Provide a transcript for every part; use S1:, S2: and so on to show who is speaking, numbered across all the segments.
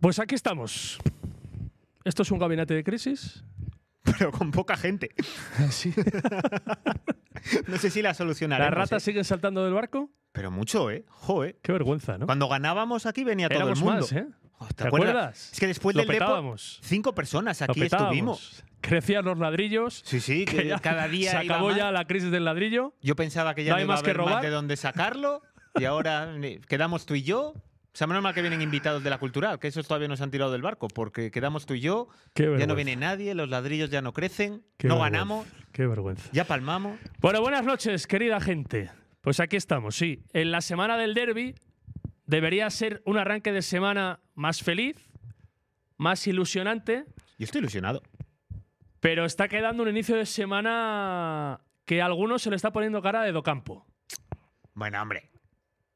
S1: Pues aquí estamos. Esto es un gabinete de crisis.
S2: pero con poca gente. No sé si la
S1: Las
S2: solucionaremos.
S1: ratas
S2: ¿eh?
S1: siguen saltando del barco.
S2: Pero mucho, ¿eh? Jo, ¿eh?
S1: Qué vergüenza, ¿no?
S2: Cuando ganábamos aquí venía todo
S1: Éramos
S2: el mundo.
S1: más, ¿eh?
S2: Jo,
S1: ¿Te acuerdas?
S2: Es que después
S1: Lo
S2: del Depor,
S1: petábamos.
S2: cinco personas
S1: Lo
S2: aquí
S1: petábamos.
S2: estuvimos.
S1: Crecían los ladrillos.
S2: Sí, sí, que
S1: ya
S2: cada día
S1: se
S2: iba
S1: acabó
S2: más.
S1: ya la crisis del ladrillo.
S2: Yo pensaba que ya
S1: No
S2: no,
S1: hay
S2: iba
S1: más
S2: a
S1: que
S2: haber
S1: robar.
S2: más de dónde sacarlo y ahora eh, quedamos tú y yo. O sea, menos mal que vienen invitados de la cultural, que esos todavía nos han tirado del barco, porque quedamos tú y yo,
S1: Qué
S2: ya
S1: vergüenza.
S2: no viene nadie, los ladrillos ya no crecen,
S1: Qué
S2: no
S1: vergüenza.
S2: ganamos,
S1: Qué vergüenza.
S2: ya palmamos.
S1: Bueno, buenas noches, querida gente. Pues aquí estamos, sí. En la semana del derby debería ser un arranque de semana más feliz, más ilusionante,
S2: Yo estoy ilusionado.
S1: pero está quedando un inicio de semana que a algunos se le está poniendo cara de docampo.
S2: Bueno, hombre.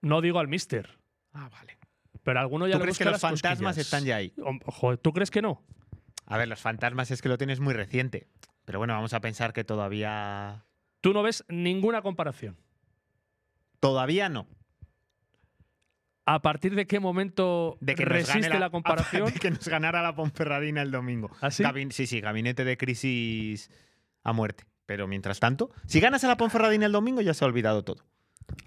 S1: No digo al mister,
S2: Ah, vale.
S1: pero alguno ya
S2: ¿Tú
S1: le
S2: crees que
S1: busca
S2: los
S1: las
S2: fantasmas
S1: cosquillas.
S2: están ya ahí?
S1: Hom- Ojo, ¿tú crees que no?
S2: A ver, los fantasmas es que lo tienes muy reciente. Pero bueno, vamos a pensar que todavía.
S1: Tú no ves ninguna comparación.
S2: Todavía no.
S1: ¿A partir de qué momento
S2: De que nos gane
S1: resiste la comparación?
S2: de que nos ganara la Ponferradina el domingo.
S1: ¿Ah, sí?
S2: Gabi- sí, sí, gabinete de crisis a muerte. Pero mientras tanto, si ganas a la Ponferradina el domingo, ya se ha olvidado todo.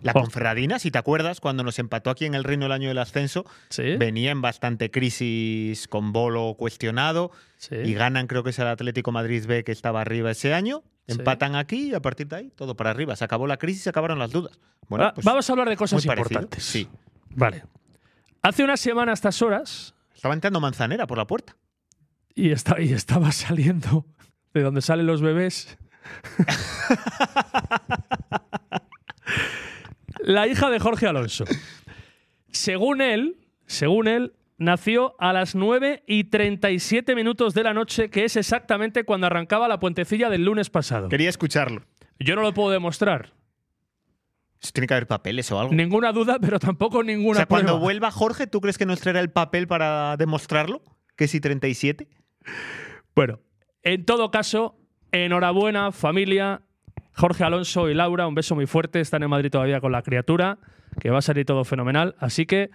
S2: La
S1: Oh.
S2: Ponferradina, si te acuerdas, cuando nos empató aquí en el Reino el año del ascenso,
S1: Sí,
S2: venía en bastante crisis con bolo cuestionado.
S1: sí.
S2: Y ganan, creo que es el Atlético Madrid B que estaba arriba ese año.
S1: Sí.
S2: Empatan aquí y a partir de ahí todo para arriba. Se acabó la crisis, se acabaron las dudas. Bueno,
S1: Va-
S2: pues,
S1: Vamos a hablar de cosas
S2: muy parecido.
S1: importantes.
S2: Sí.
S1: Vale. Hace una semana a estas horas,
S2: Estaba entrando Manzanera por la puerta.
S1: y, esta- y estaba saliendo de donde salen los bebés. la hija de Jorge Alonso. Según él, según él, nació a las 9 y 37 minutos de la noche, que es exactamente cuando arrancaba la puentecilla del lunes pasado.
S2: Quería escucharlo.
S1: Yo no lo puedo demostrar.
S2: Eso tiene que haber papeles o algo.
S1: Ninguna duda, pero tampoco
S2: o
S1: ninguna
S2: sea, cuando
S1: prueba.
S2: vuelva Jorge, ¿tú crees que nos traerá el papel para demostrarlo? Que si 37.
S1: Bueno, en todo caso, enhorabuena, familia. Jorge Alonso y Laura, un beso muy fuerte. Están en Madrid todavía con la criatura, que va a salir todo fenomenal. Así que,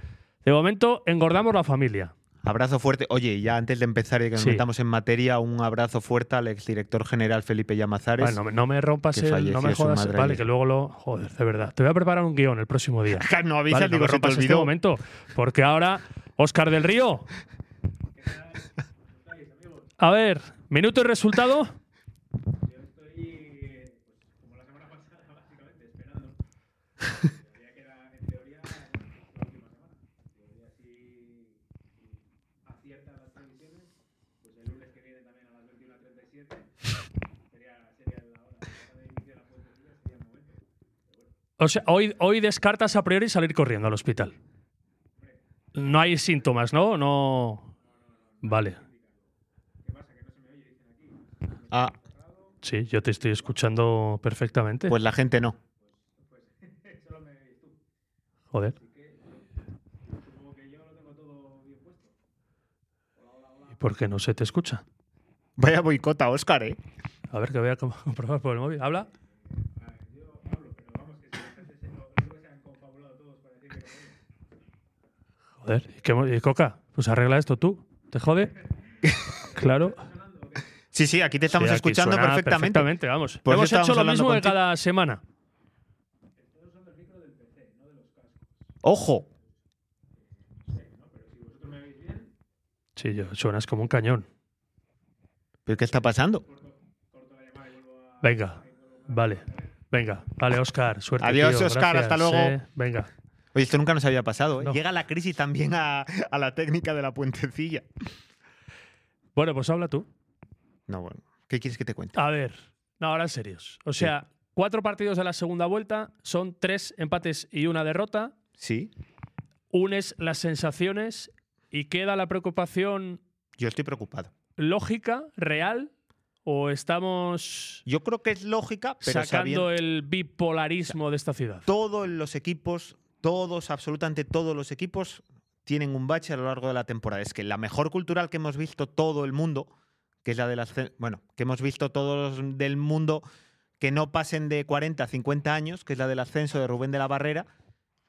S1: de momento, engordamos la familia.
S2: Abrazo fuerte. Oye, y ya antes de empezar y que nos
S1: Sí.
S2: metamos en materia, un abrazo fuerte al exdirector general Felipe Llamazares.
S1: Bueno, no me- no me rompas
S2: que
S1: el. No me
S2: falleció su
S1: jodas.
S2: madre
S1: Vale,
S2: ayer.
S1: que luego lo. Joder, de verdad. Te voy a preparar un guión el próximo día.
S2: no
S1: Vale,
S2: avisas,
S1: no
S2: digo,
S1: me
S2: se te
S1: rompas este
S2: olvidó.
S1: momento, porque ahora Óscar del Río. A ver, minuto y resultado. pues O sea, hoy, hoy descartas a priori salir corriendo al hospital. No hay síntomas, ¿no? No. Vale.
S2: Ah,
S1: Sí, yo te estoy escuchando perfectamente.
S2: pues la gente no.
S1: Joder. Porque no se te escucha.
S2: Vaya boicota, Oscar, ¿eh?
S1: A ver, que voy a com- comprobar por el móvil. ¿Habla? Joder, ¿y, qué mo- y Coca? Pues arregla esto tú. ¿Te jode? Claro.
S2: Sí, sí, aquí te estamos
S1: Sí, aquí
S2: escuchando
S1: suena
S2: perfectamente.
S1: perfectamente. ah. Pues Vamos.
S2: Por eso
S1: Hemos hecho
S2: estábamos
S1: lo
S2: hablando
S1: mismo de
S2: contigo.
S1: cada semana.
S2: Ojo.
S1: Sí, yo- suenas como un cañón.
S2: ¿Pero qué está pasando?
S1: Venga, vale. Venga, vale, Oscar. Suerte.
S2: Adiós,
S1: tío,
S2: Óscar,
S1: gracias,
S2: hasta luego.
S1: eh. Venga.
S2: Oye, esto nunca nos había pasado. ¿eh?
S1: No.
S2: Llega la crisis también a, a la técnica de la puentecilla.
S1: Bueno, pues habla tú.
S2: No, bueno. ¿Qué quieres que te cuente?
S1: A ver, no, ahora en serios. O sea, cuatro partidos de la segunda vuelta, son tres empates y una derrota.
S2: Sí,
S1: Unes las sensaciones y queda la preocupación
S2: yo estoy preocupado.
S1: lógica, real, o estamos
S2: Yo creo que es lógica, pero
S1: sacando
S2: sabiendo
S1: el bipolarismo de esta ciudad.
S2: todos los equipos, todos, absolutamente todos los equipos tienen un bache a lo largo de la temporada. Es que la mejor cultural que hemos visto todo el mundo, que es la de las... Bueno, que hemos visto todos los del mundo que no pasen de 40 a 50 años, que es la del ascenso de Rubén de la Barrera,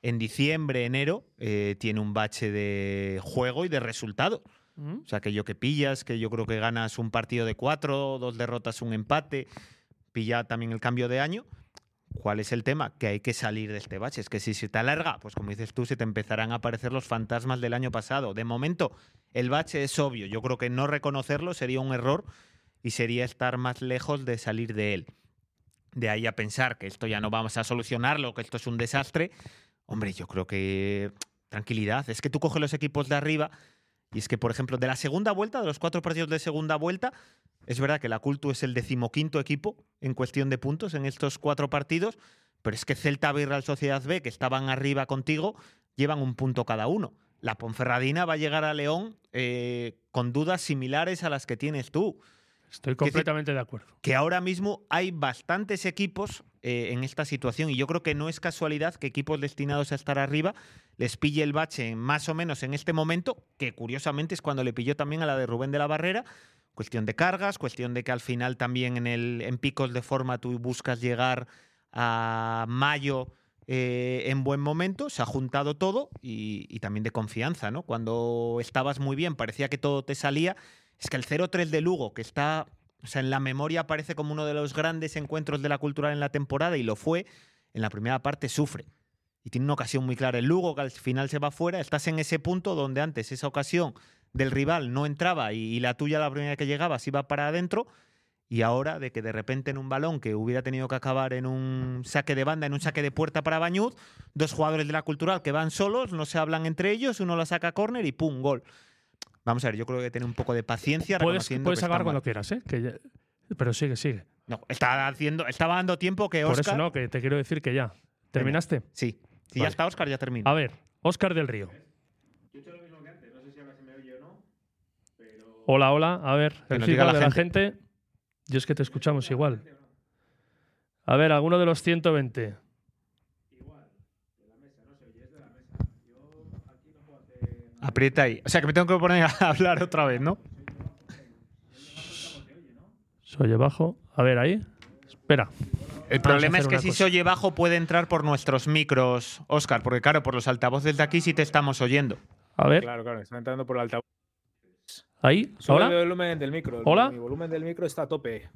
S2: en diciembre, enero, eh, tiene un bache de juego y de resultado.
S1: ¿Mm?
S2: O sea, que yo que pillas, que yo creo que ganas un partido de cuatro, dos derrotas, un empate, pilla también el cambio de año. ¿Cuál es el tema? Que hay que salir de este bache. Es que si se te alarga, pues como dices tú, se te empezarán a aparecer los fantasmas del año pasado. De momento, el bache es obvio. Yo creo que no reconocerlo sería un error y sería estar más lejos de salir de él. De ahí a pensar que esto ya no vamos a solucionarlo, que esto es un desastre. Hombre, yo creo que tranquilidad. Es que tú coges los equipos de arriba y es que, por ejemplo, de la segunda vuelta, de los cuatro partidos de segunda vuelta, es verdad que la Cultu es el decimoquinto equipo en cuestión de puntos en estos cuatro partidos, pero es que Celta B y Real Sociedad B, que estaban arriba contigo, llevan un punto cada uno. La Ponferradina va a llegar a León eh, con dudas similares a las que tienes tú
S1: Estoy
S2: decir-
S1: completamente de acuerdo.
S2: que ahora mismo hay bastantes equipos eh, en esta situación y yo creo que no es casualidad que equipos destinados a estar arriba les pille el bache en- más o menos en este momento, que curiosamente es cuando le pilló también a la de Rubén de la Barrera. Cuestión de cargas, cuestión de que al final también en, el, en picos de forma tú buscas llegar a mayo eh, en buen momento, se ha juntado todo y, y también de confianza, ¿no? Cuando estabas muy bien, parecía que todo te salía. Es que el 0-3 de Lugo, que está, o sea, en la memoria aparece como uno de los grandes encuentros de la cultural en la temporada y lo fue, en la primera parte sufre. Y tiene una ocasión muy clara. El Lugo, que al final se va fuera, estás en ese punto donde antes esa ocasión del rival no entraba y, y la tuya, la primera que llegaba, se iba para adentro. Y ahora, de que de repente en un balón que hubiera tenido que acabar en un saque de banda, en un saque de puerta para Bañuz, dos jugadores de la cultural que van solos, no se hablan entre ellos, uno la saca a córner y pum, gol. Vamos a ver, yo creo que tener un poco de paciencia.
S1: Puedes,
S2: reconociendo
S1: puedes
S2: que está
S1: acabar
S2: mal.
S1: cuando quieras, ¿eh? Que ya- Pero sigue, sigue.
S2: No, está haciendo, estaba dando tiempo que
S1: Por
S2: Oscar.
S1: eso no, que te quiero decir que ya. ¿Terminaste?
S2: Sí. Si ya
S1: Vale.
S2: está Oscar, ya termina.
S1: A ver, Óscar del Río. Hola, hola. A ver,
S2: Que
S1: el
S2: nos diga
S1: feedback
S2: la
S1: de la gente. Yo es que te escuchamos igual. A ver, alguno de los 120.
S2: Aprieta ahí. O sea que me tengo que poner a hablar otra vez, ¿no?
S1: Se oye bajo. A ver, ahí. Espera. Vamos
S2: El
S1: a
S2: problema es
S1: hacer
S2: que
S1: una
S2: si
S1: cosa.
S2: se oye bajo puede entrar por nuestros micros, Oscar, porque claro, por los altavoces de aquí sí te estamos oyendo.
S1: A ver,
S3: Claro, claro, están entrando por el altavoz.
S1: ahí.
S3: Sube el
S1: Ahora.
S3: volumen del micro.
S1: ¿Hola?
S3: Mi volumen del micro está a tope.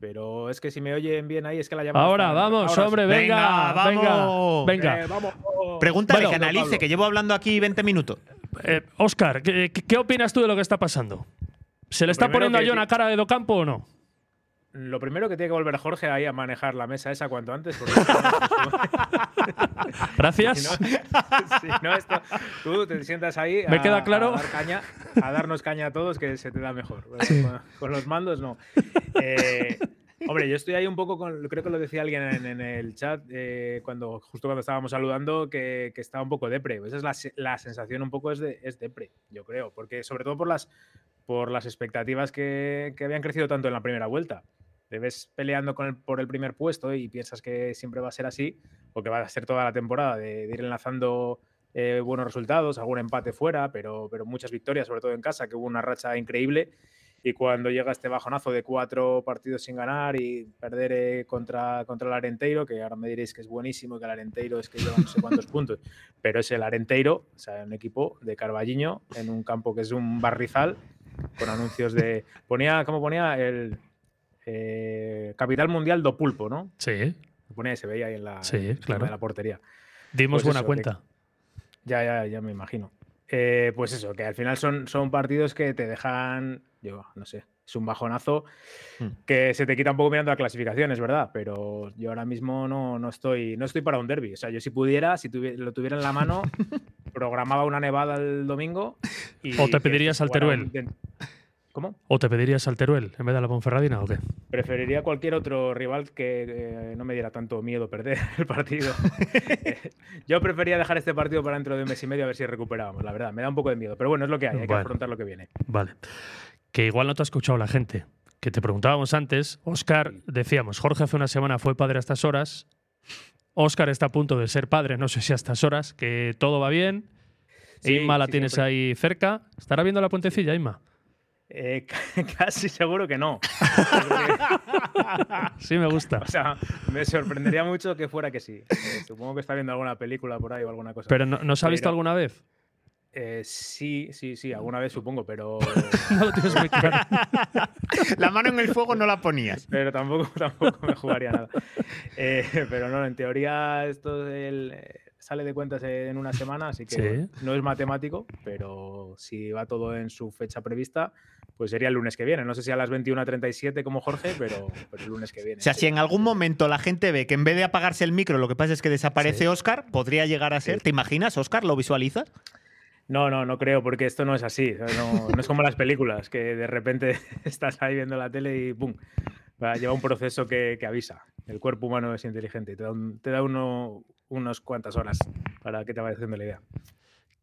S3: Pero es que si me oyen bien ahí, es que la llamada.
S1: Ahora,
S3: está-
S1: vamos,
S3: ahora
S1: hombre,
S3: sí.
S1: venga.
S2: Venga, vamos.
S1: Venga,
S3: Eh,
S1: venga.
S3: vamos.
S2: Pregúntale
S1: Bueno,
S2: que analice,
S3: Pablo.
S2: que llevo hablando aquí 20 minutos.
S1: Oscar, Eh, ¿qué, qué- qué opinas tú de lo que está pasando? ¿Se le
S3: Lo
S1: está
S3: primero
S1: poniendo a
S3: que-
S1: John a cara de Docampo o no?
S3: Lo primero que tiene que volver Jorge ahí a manejar la mesa esa cuanto antes. Porque
S1: Gracias.
S3: si no, esto, tú te sientas ahí.
S1: Me
S3: a-
S1: queda claro.
S3: A, dar caña, a darnos caña a todos que se te da mejor. Con, con los mandos, no. Eh, hombre, yo estoy ahí un poco con. Creo que lo decía alguien en, en el chat, eh, cuando justo cuando estábamos saludando, que, que estaba un poco depre. Esa es la, se- la sensación, un poco es, de, es depre, yo creo. Porque sobre todo por las, por las expectativas que, que habían crecido tanto en la primera vuelta. Te ves peleando con el- por el primer puesto y piensas que siempre va a ser así, o que va a ser toda la temporada, de, de ir enlazando eh, eh, buenos resultados, algún empate fuera, pero, pero muchas victorias, sobre todo en casa, que hubo una racha increíble. Y cuando llega este bajonazo de cuatro partidos sin ganar y perder eh, contra, contra el Arenteiro, que ahora me diréis que es buenísimo, que el Arenteiro es que lleva no sé cuántos puntos, pero es el Arenteiro, o sea, un equipo de Carballiño en un campo que es un barrizal, con anuncios de. Ponía, ¿cómo ponía? El eh, Capital Mundial do Pulpo, ¿no?
S1: Sí,
S3: Lo Ponía y se veía ahí en la,
S1: Sí,
S3: encima
S1: claro.
S3: de la portería.
S1: dimos
S3: Pues
S1: buena
S3: eso,
S1: cuenta.
S3: Ya, ya, ya me imagino. Eh, pues eso, que al final son, son partidos que te dejan, yo no sé, es un bajonazo
S2: Hmm.
S3: que se te quita un poco mirando la clasificación, es verdad, pero yo ahora mismo no, no, estoy, no estoy para un derby. O sea, yo si pudiera, si tuvi- lo tuviera en la mano, programaba una nevada el domingo. Y
S1: O te
S3: que se
S1: pedirías al
S3: jugara
S1: Teruel.
S3: un- ¿Cómo?
S1: ¿O te pedirías al Teruel en vez de a la Ponferradina o qué?
S3: Preferiría cualquier otro rival que eh, no me diera tanto miedo perder el partido. Yo prefería dejar este partido para dentro de un mes y medio a ver si recuperábamos, la verdad. Me da un poco de miedo, pero bueno, es lo que hay, hay que
S1: Bueno.
S3: afrontar lo que viene.
S1: Vale. Que igual no te ha escuchado la gente. Que te preguntábamos antes, Oscar, decíamos, Jorge hace una semana fue padre a estas horas. Oscar está a punto de ser padre, no sé si a estas horas, que todo va bien.
S3: Sí,
S1: Inma la
S3: sí,
S1: tienes
S3: siempre.
S1: ahí cerca. ¿Estará viendo la puentecilla, Inma?
S3: Eh, ca- casi seguro que no.
S1: Sí, me gusta.
S3: O sea, me sorprendería mucho que fuera que sí. Eh, supongo que está viendo alguna película por ahí o alguna cosa.
S1: Pero no- ¿nos ha visto
S3: Pero-
S1: alguna vez?
S3: Eh, sí, sí, sí, alguna vez supongo, pero,
S1: No lo tienes muy claro.
S2: La mano en el fuego no la ponías.
S3: pero tampoco, tampoco me jugaría nada. Eh, pero no, en teoría esto del, eh, sale de cuentas en una semana, así que
S1: Sí.
S3: bueno, no es matemático, pero si va todo en su fecha prevista, pues sería el lunes que viene. No sé si a las 21.37 como Jorge, pero, pero el lunes que viene.
S2: O sea, si en algún momento la gente ve que en vez de apagarse el micro, lo que pasa es que desaparece Oscar, podría llegar a ser. ¿Te imaginas, Oscar? ¿Lo visualizas?
S3: No, no, no creo, porque esto no es así. o sea, No, no es como las películas, que de repente estás ahí viendo la tele y ¡pum! Va, Lleva un proceso que, que avisa. El cuerpo humano es inteligente y te da, un- te da uno, unas cuantas horas para que te vaya haciendo la idea.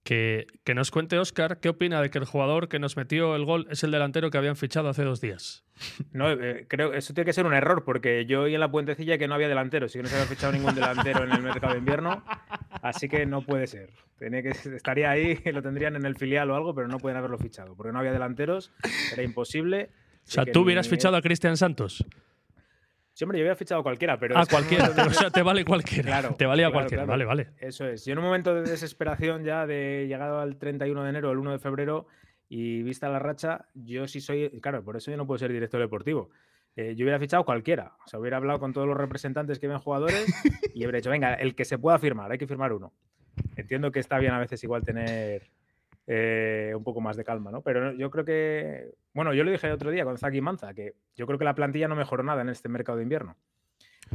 S1: Que, que nos cuente Oscar qué opina de que el jugador que nos metió el gol es el delantero que habían fichado hace dos días.
S3: No, eh, creo eso tiene que ser un error, porque yo oí en la puentecilla que no había delanteros y que no se había fichado ningún delantero en el mercado de invierno, así que no puede ser. Tenía que, estaría ahí, lo tendrían en el filial o algo, pero no pueden haberlo fichado, porque no había delanteros, era imposible.
S1: O sea,
S3: que
S1: tú hubieras
S3: ni-
S1: fichado a Cristian Santos.
S3: Sí, hombre, yo hubiera fichado a cualquiera, pero.
S1: A
S3: es que en un
S1: cualquiera.
S3: momento
S1: O
S3: de-
S1: sea, te vale cualquiera.
S3: Claro,
S1: te valía
S3: claro,
S1: cualquiera.
S3: claro.
S1: Vale, vale.
S3: Eso es. Yo en un momento de desesperación ya de llegado al 31 de enero, el 1 de febrero y vista la racha, yo sí soy. Claro, por eso yo no puedo ser director deportivo. Eh, yo hubiera fichado cualquiera. O sea, hubiera hablado con todos los representantes que ven jugadores y hubiera dicho, venga, el que se pueda firmar, hay que firmar uno. Entiendo que está bien a veces igual tener eh, un poco más de calma, ¿no? Pero yo creo que, bueno, yo lo dije el otro día con Zaki Manza, que yo creo que la plantilla no mejoró nada en este mercado de invierno.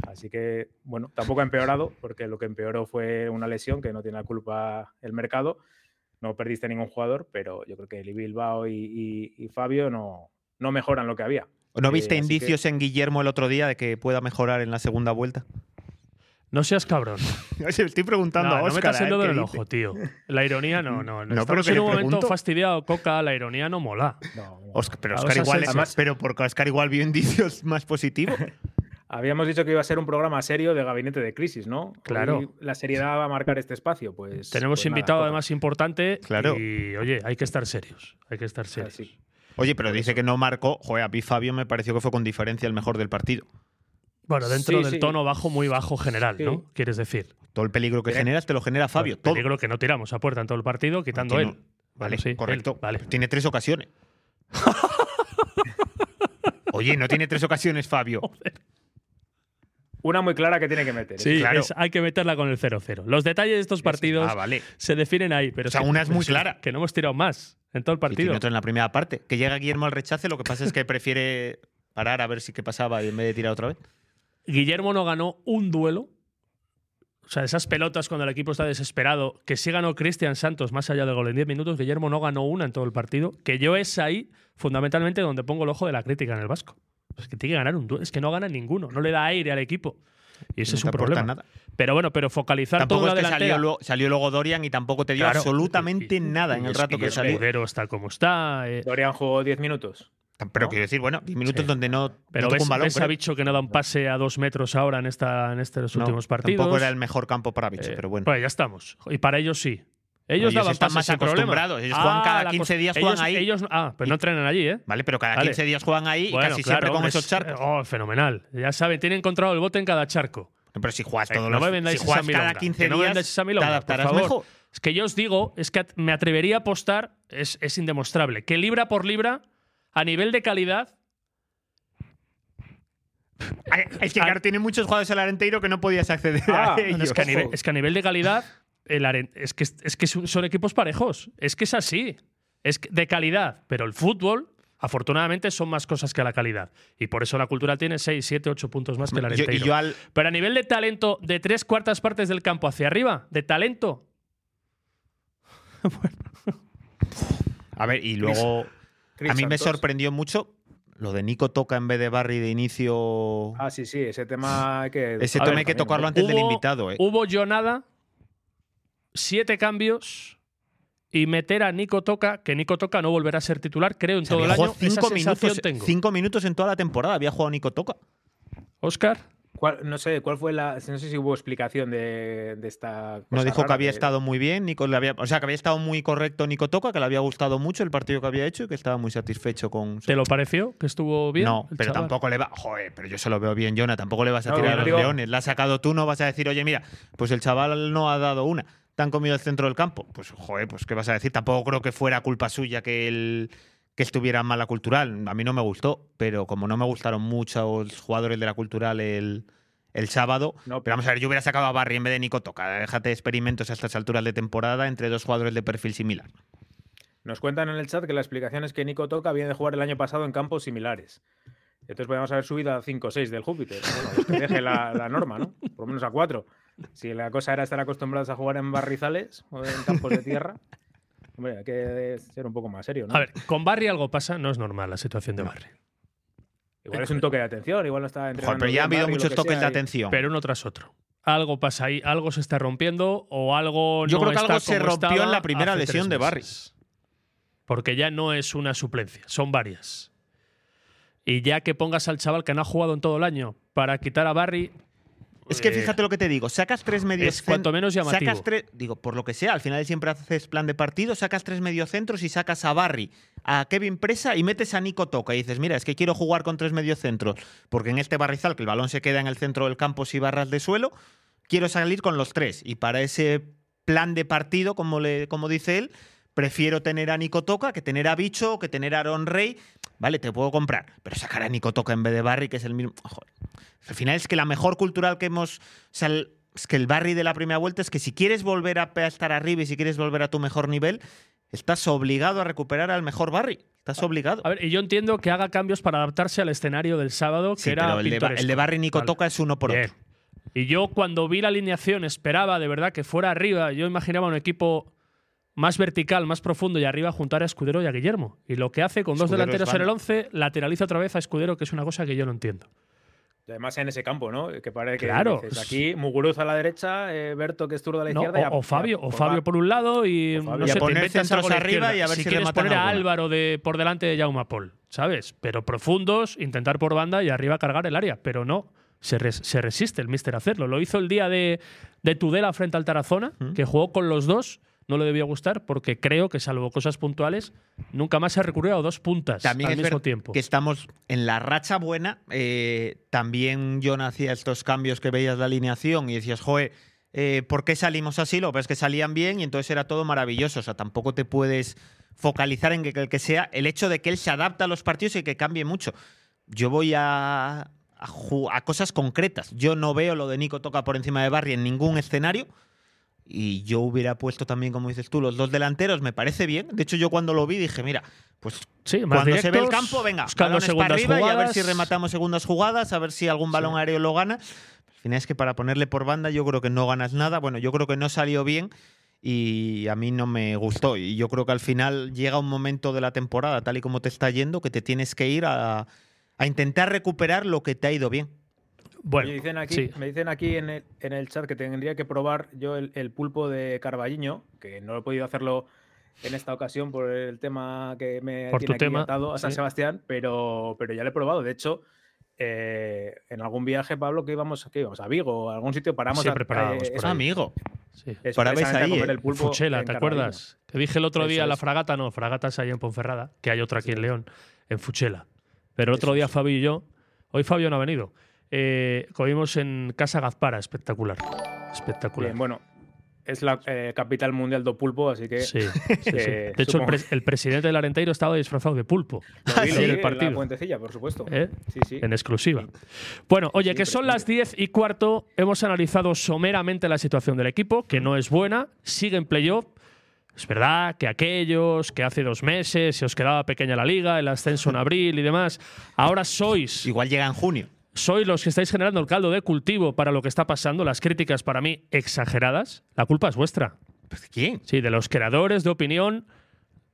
S3: Así que, bueno, tampoco ha empeorado, porque lo que empeoró fue una lesión que no tiene la culpa el mercado. No perdiste ningún jugador, pero yo creo que Eli Bilbao y, y- y Fabio no, no mejoran lo que había.
S2: ¿No
S3: Eh,
S2: viste
S3: así que-
S2: indicios en Guillermo el otro día de que pueda mejorar en la segunda vuelta?
S1: No seas cabrón.
S2: Oye, estoy preguntando
S1: No,
S2: a
S1: no
S2: Oscar.
S1: metas
S2: a
S1: el
S2: ver
S1: dedo
S2: ¿eh? qué
S1: en el
S2: dice.
S1: ojo, tío. La ironía no, no. no.
S2: No, pero
S1: Estamos
S2: que
S1: en
S2: le
S1: un momento
S2: pregunto.
S1: fastidiado, Coca. La ironía no mola.
S3: No, no.
S2: Oscar- pero
S1: Ah,
S2: Oscar
S1: o sea,
S2: igual,
S1: sí,
S2: además,
S1: sí.
S2: pero porque Oscar igual vio indicios más positivos.
S3: Habíamos dicho que iba a ser un programa serio de gabinete de crisis, ¿no?
S1: Claro.
S3: Hoy la seriedad va a marcar este espacio, pues.
S1: Tenemos
S3: pues nada,
S1: invitado,
S3: toca.
S1: además, importante.
S2: Claro.
S1: Y, oye, hay que estar serios. Hay que estar serios.
S3: Así.
S2: Oye, pero dice que no marcó. Joder, a mí Fabio me pareció que fue con diferencia el mejor del partido.
S1: Bueno, dentro
S3: Sí,
S1: del
S3: sí.
S1: tono bajo, muy bajo general,
S3: Sí.
S1: ¿no? Quieres decir.
S2: Todo el peligro que
S3: Tiene-
S2: generas te lo genera Fabio.
S1: Bueno,
S2: todo.
S1: Peligro que no tiramos a puerta en todo el partido, quitando
S2: Que
S1: él.
S2: no. Vale,
S1: Bueno, sí, él,
S2: correcto.
S1: Vale.
S2: Tiene tres ocasiones. Oye, no tiene tres ocasiones, Fabio.
S3: Una muy clara que tiene que meter. ¿eh?
S1: Sí,
S2: claro.
S1: es- hay que meterla con el 0-0. Los detalles de estos partidos
S2: Ah, vale.
S1: se definen ahí. Pero
S2: O sea,
S1: que-
S2: una es
S1: pero
S2: muy
S1: sí,
S2: clara.
S1: Que no hemos tirado más en todo el
S2: Y tiene
S1: partido.
S2: otro en la primera parte. Que llega Guillermo al rechace, lo que pasa es que prefiere parar a ver si qué pasaba y en vez de tirar otra vez.
S1: Guillermo no ganó un duelo. O sea, esas pelotas cuando el equipo está desesperado, que sí ganó Cristian Santos más allá del gol en 10 minutos, Guillermo no ganó una en todo el partido, que yo es ahí fundamentalmente donde pongo el ojo de la crítica en el Vasco. Es que tiene que ganar un duelo, es que no gana ninguno, no le da aire al equipo. Y ese
S2: No
S1: es
S2: te
S1: un
S2: aporta
S1: problema.
S2: nada.
S1: Pero bueno, pero focalizar
S2: Tampoco
S1: todo
S2: es
S1: en
S2: que
S1: la
S2: salió,
S1: delantera.
S2: luego- salió luego Dorian y tampoco te dio
S1: Claro.
S2: absolutamente
S1: Y- y-
S2: nada en
S1: y
S2: el
S1: es-
S2: rato
S1: y
S2: que
S1: es
S2: salió.
S1: Escudero está como está. eh,
S3: Dorian jugó 10 minutos.
S2: Pero quiero decir, bueno, 10 minutos
S1: Sí.
S2: donde no,
S1: Pero
S2: no tocó
S1: ves,
S2: un balón.
S1: ves a
S2: creo.
S1: bicho que no da un pase a dos metros ahora en, esta, en estos
S2: No,
S1: últimos partidos.
S2: Tampoco era el mejor campo para Bicho,
S1: Eh,
S2: pero bueno.
S1: ya estamos. Y para ellos sí. Ellos, daban
S2: están
S1: pases
S2: más
S1: sin problema.
S2: acostumbrados. Ellos juegan
S1: Ah,
S2: cada
S1: la
S2: 15
S1: cos-
S2: días,
S1: ellos-
S2: juegan ahí.
S1: ellos- ah, pero no entrenan allí, ¿eh?
S2: Vale, pero cada
S1: Vale.
S2: 15 días juegan ahí y
S1: Bueno,
S2: casi
S1: claro,
S2: siempre con
S1: hombre,
S2: esos
S1: es-
S2: charcos.
S1: Oh, fenomenal. Ya saben, tienen encontrado el bote en cada charco.
S2: Pero si juegas
S1: Eh,
S2: todos
S1: no
S2: los
S1: me vendáis
S2: si juegas
S1: esa
S2: cada
S1: milonga,
S2: 15
S1: que no me vendáis
S2: días,
S1: esa milonga,
S2: te
S1: por
S2: adaptarás
S1: favor.
S2: mejor.
S1: Es que yo os digo, es que at- me atrevería a apostar, es, es indemostrable, que libra por libra, a nivel de calidad,
S2: Ah, Es que
S1: Ah.
S2: claro, tiene muchos jugadores al Arenteiro que no podías acceder
S3: Ah,
S2: a ellos.
S1: es que a nivel,
S2: Ojo.
S1: es que a nivel de calidad, el Aren- es que, es que son son equipos parejos. Es que es así. Es que- de calidad, pero el fútbol, afortunadamente, son más cosas que la calidad. Y por eso la cultura tiene 6, 7, 8 puntos más que el
S2: Yo- y
S1: Arenteiro.
S2: yo al-
S1: Pero a nivel de talento, de tres cuartas partes del campo hacia arriba, de talento.
S2: A ver, y luego a mí me sorprendió mucho lo de Nico toca en vez de Barry de inicio.
S3: Ah, sí, sí, ese tema hay que.
S2: Ese
S3: tocarlo
S2: tema hay que
S3: también,
S2: tocarlo
S3: ¿no?
S2: antes del invitado, ¿eh?
S1: Hubo Jonada, siete cambios y meter a Nico Toca, que Nico Toca no volverá a ser titular, creo, en
S2: O sea,
S1: todo el
S2: había
S1: año.
S2: jugado
S1: Esa
S2: cinco
S1: sensación
S2: minutos, eh,
S1: tengo.
S2: cinco minutos en toda la temporada había jugado Nico Toca.
S1: Oscar.
S3: ¿Cuál- no sé, ¿cuál fue la. No sé si hubo explicación de, de esta.
S2: No
S3: cosa
S2: dijo que
S3: rara
S2: había estado muy bien, Nico le había, o sea, que había estado muy correcto Nico Toca, que le había gustado mucho el partido que había hecho y que estaba muy satisfecho con su-
S1: ¿Te lo pareció? ¿Que estuvo bien?
S2: No,
S1: el
S2: pero
S1: chaval?
S2: tampoco le va. Joder, pero yo se lo veo bien, Jonah. Tampoco le vas a
S3: No,
S2: tirar
S3: yo
S2: a los
S3: digo-
S2: leones. La has sacado tú, no vas a decir, oye, mira, pues el chaval no ha dado una. Te han comido el centro del campo. Pues, joder, pues ¿qué vas a decir? Tampoco creo que fuera culpa suya que él que estuviera en mala cultural. A mí no me gustó, pero como no me gustaron muchos jugadores de la cultural el, el sábado.
S3: No,
S2: Pero vamos a ver, yo hubiera sacado a Barry en vez de Nico Toca. Déjate de experimentos a estas alturas de temporada entre dos jugadores de perfil similar.
S3: Nos cuentan en el chat que la explicación es que Nico Toca viene de jugar el año pasado en campos similares. Entonces podríamos haber subido a 5 o 6 del Júpiter. Bueno, pues que deje la, la norma, ¿no? Por lo menos a 4. Si la cosa era estar acostumbrados a jugar en barrizales o en campos de tierra, hombre, hay que ser un poco más serio, ¿no?
S1: A ver, con Barry algo pasa, no es normal la situación de Barry.
S3: igual es un toque de atención, igual no está
S2: eh, Joder,
S3: entrenando
S2: pero ya ha
S3: bien
S2: habido
S3: Barry, lo
S2: muchos
S3: que
S2: toques de
S3: sea, eh. y-
S2: atención.
S1: Pero uno tras otro. Algo pasa ahí, algo se está rompiendo o algo
S2: Yo
S1: no
S2: creo que
S1: está
S2: algo se
S1: como
S2: rompió
S1: estaba
S2: en la primera
S1: hace tres
S2: lesión de Barry.
S1: meses. Porque ya no es una suplencia, son varias. Y ya que pongas al chaval que no ha jugado en todo el año para quitar a Barry,
S2: Es que
S1: Eh,
S2: fíjate lo que te digo, sacas tres medios
S1: cuanto menos llamativo.
S2: Sacas tres, digo, por lo que sea, al final siempre haces plan de partido, sacas tres mediocentros y sacas a Barry, a Kevin Presa y metes a Nico Toca y dices, mira, es que quiero jugar con tres mediocentros, porque en este barrizal que el balón se queda en el centro del campo si barras de suelo, quiero salir con los tres y para ese plan de partido, como le como dice él, prefiero tener a Nico Toca que tener a Bicho, que tener a Aaron Rey. Vale, te puedo comprar, pero sacar a Nico Toca en vez de Barry, que es el mismo. Joder. Al final es que la mejor cultural que hemos. O sea, el- es que el Barry de la primera vuelta es que si quieres volver a pe- a estar arriba y si quieres volver a tu mejor nivel, estás obligado a recuperar al mejor Barry. Estás obligado.
S1: a ver, y yo entiendo que haga cambios para adaptarse al escenario del sábado, que
S2: Sí,
S1: era
S2: pero el de, Ba- el de
S1: pintoresco.
S2: Barry Nico
S1: Vale.
S2: Toca es uno por
S1: Bien.
S2: otro.
S1: Y yo cuando vi la alineación esperaba de verdad que fuera arriba. Yo imaginaba un equipo más vertical, más profundo y arriba juntar a Escudero y a Guillermo. Y lo que hace con dos
S2: Escudero es
S1: delanteros en
S2: banda.
S1: el 11, lateraliza otra vez a Escudero, que es una cosa que yo no entiendo.
S3: y Además en ese campo, ¿no? Que parece que
S1: Claro.
S3: dices, aquí Muguruza a la derecha, eh, Berto que es zurdo a la
S1: No,
S3: izquierda. y a-
S1: o, o Fabio, o
S3: por
S1: Fabio
S3: va-
S1: por un lado y,
S3: O Fabio.
S1: no
S3: Y a
S1: sé, te
S2: poner
S1: inventas
S2: centros
S1: algo de
S2: arriba
S1: izquierda.
S2: y a ver si
S1: quieres
S2: rematan
S1: poner a
S2: alguna.
S1: Álvaro de, por delante de Jaume Paul, ¿sabes? Pero profundos, intentar por banda y arriba cargar el área. Pero no, se, res- se resiste el míster a hacerlo. Lo hizo el día de, de Tudela frente al Tarazona, que jugó con los dos. No le debió gustar porque creo que, salvo cosas puntuales, nunca más se ha recurrido a dos puntas
S2: También
S1: al
S2: es
S1: mismo
S2: ver-
S1: tiempo.
S2: que estamos en la racha buena. eh, también John hacía estos cambios que veías la alineación y decías, joe, eh, ¿por qué salimos así? Lo que pasa es que salían bien y entonces era todo maravilloso. O sea, tampoco te puedes focalizar en que, que- que sea el hecho de que él se adapta a los partidos y que cambie mucho. Yo voy a, a ju- a cosas concretas. Yo no veo lo de Nico Toca por encima de Barry en ningún escenario. Y yo hubiera puesto también, como dices tú, los dos delanteros, me parece bien. De hecho, yo cuando lo vi dije, mira, pues
S1: Sí, más
S2: cuando se ve el
S1: directos,
S2: campo, venga,
S1: buscando
S2: balones
S1: segundas
S2: para arriba y a ver
S1: jugadas.
S2: si rematamos segundas jugadas, a ver si algún balón aéreo lo gana. Al final es que para ponerle por banda yo creo que no ganas nada. Bueno, yo creo que no salió bien y a mí no me gustó. Y yo creo que al final llega un momento de la temporada, tal y como te está yendo, que te tienes que ir a, a intentar recuperar lo que te ha ido bien.
S1: Bueno,
S3: Oye, dicen aquí,
S1: sí.
S3: Me dicen aquí en el, en el chat que tendría que probar yo el, el pulpo de Carballiño, que no he podido hacerlo en esta ocasión por el tema que me
S1: Por tu
S3: tiene aquí
S1: tema,
S3: atado a San
S1: sí.
S3: Sebastián, pero, pero ya lo he probado. De hecho, eh, en algún viaje, Pablo, que íbamos, que íbamos a Vigo o a algún sitio, paramos
S1: Siempre
S3: a,
S1: parábamos por
S3: eso,
S1: ahí.
S2: Amigo,
S1: Sí.
S3: Es
S2: Ahora ves
S3: precisamente a
S2: ahí,
S3: comer
S2: eh,
S3: el pulpo
S1: Fuchela,
S3: en
S1: ¿te
S3: Carballo.
S1: acuerdas? Que dije el otro
S3: Eso
S1: día la
S3: es.
S1: fragata, no, fragatas ahí en Ponferrada, que hay otra aquí en León, en Fuchela. Pero el otro día Fabio y yo, hoy Fabio no ha venido, eh, comimos en Casa Gazpara, espectacular. Espectacular.
S3: Bien, bueno, es la eh, capital mundial do pulpo, así que
S1: Sí, sí, sí.
S3: Eh,
S1: De hecho, el,
S3: supongo-
S1: pre- el presidente del Arenteiro estaba disfrazado de pulpo
S3: lo vi, lo
S1: ayer
S3: vi
S1: en el
S3: en la
S1: partido.
S3: puentecilla, por supuesto.
S1: ¿Eh?
S3: Sí, sí.
S1: En exclusiva. Bueno, oye,
S3: sí,
S1: que son las 10 y cuarto. Hemos analizado someramente la situación del equipo, que no es buena. Sigue en playoff. Es verdad que aquellos que hace dos meses se os quedaba pequeña la liga, el ascenso en abril y demás, ahora sois
S2: Igual llega en junio.
S1: sois los que estáis generando el caldo de cultivo para lo que está pasando, las críticas para mí exageradas, la culpa es vuestra.
S2: Pues, ¿Quién?
S1: Sí, de los creadores de opinión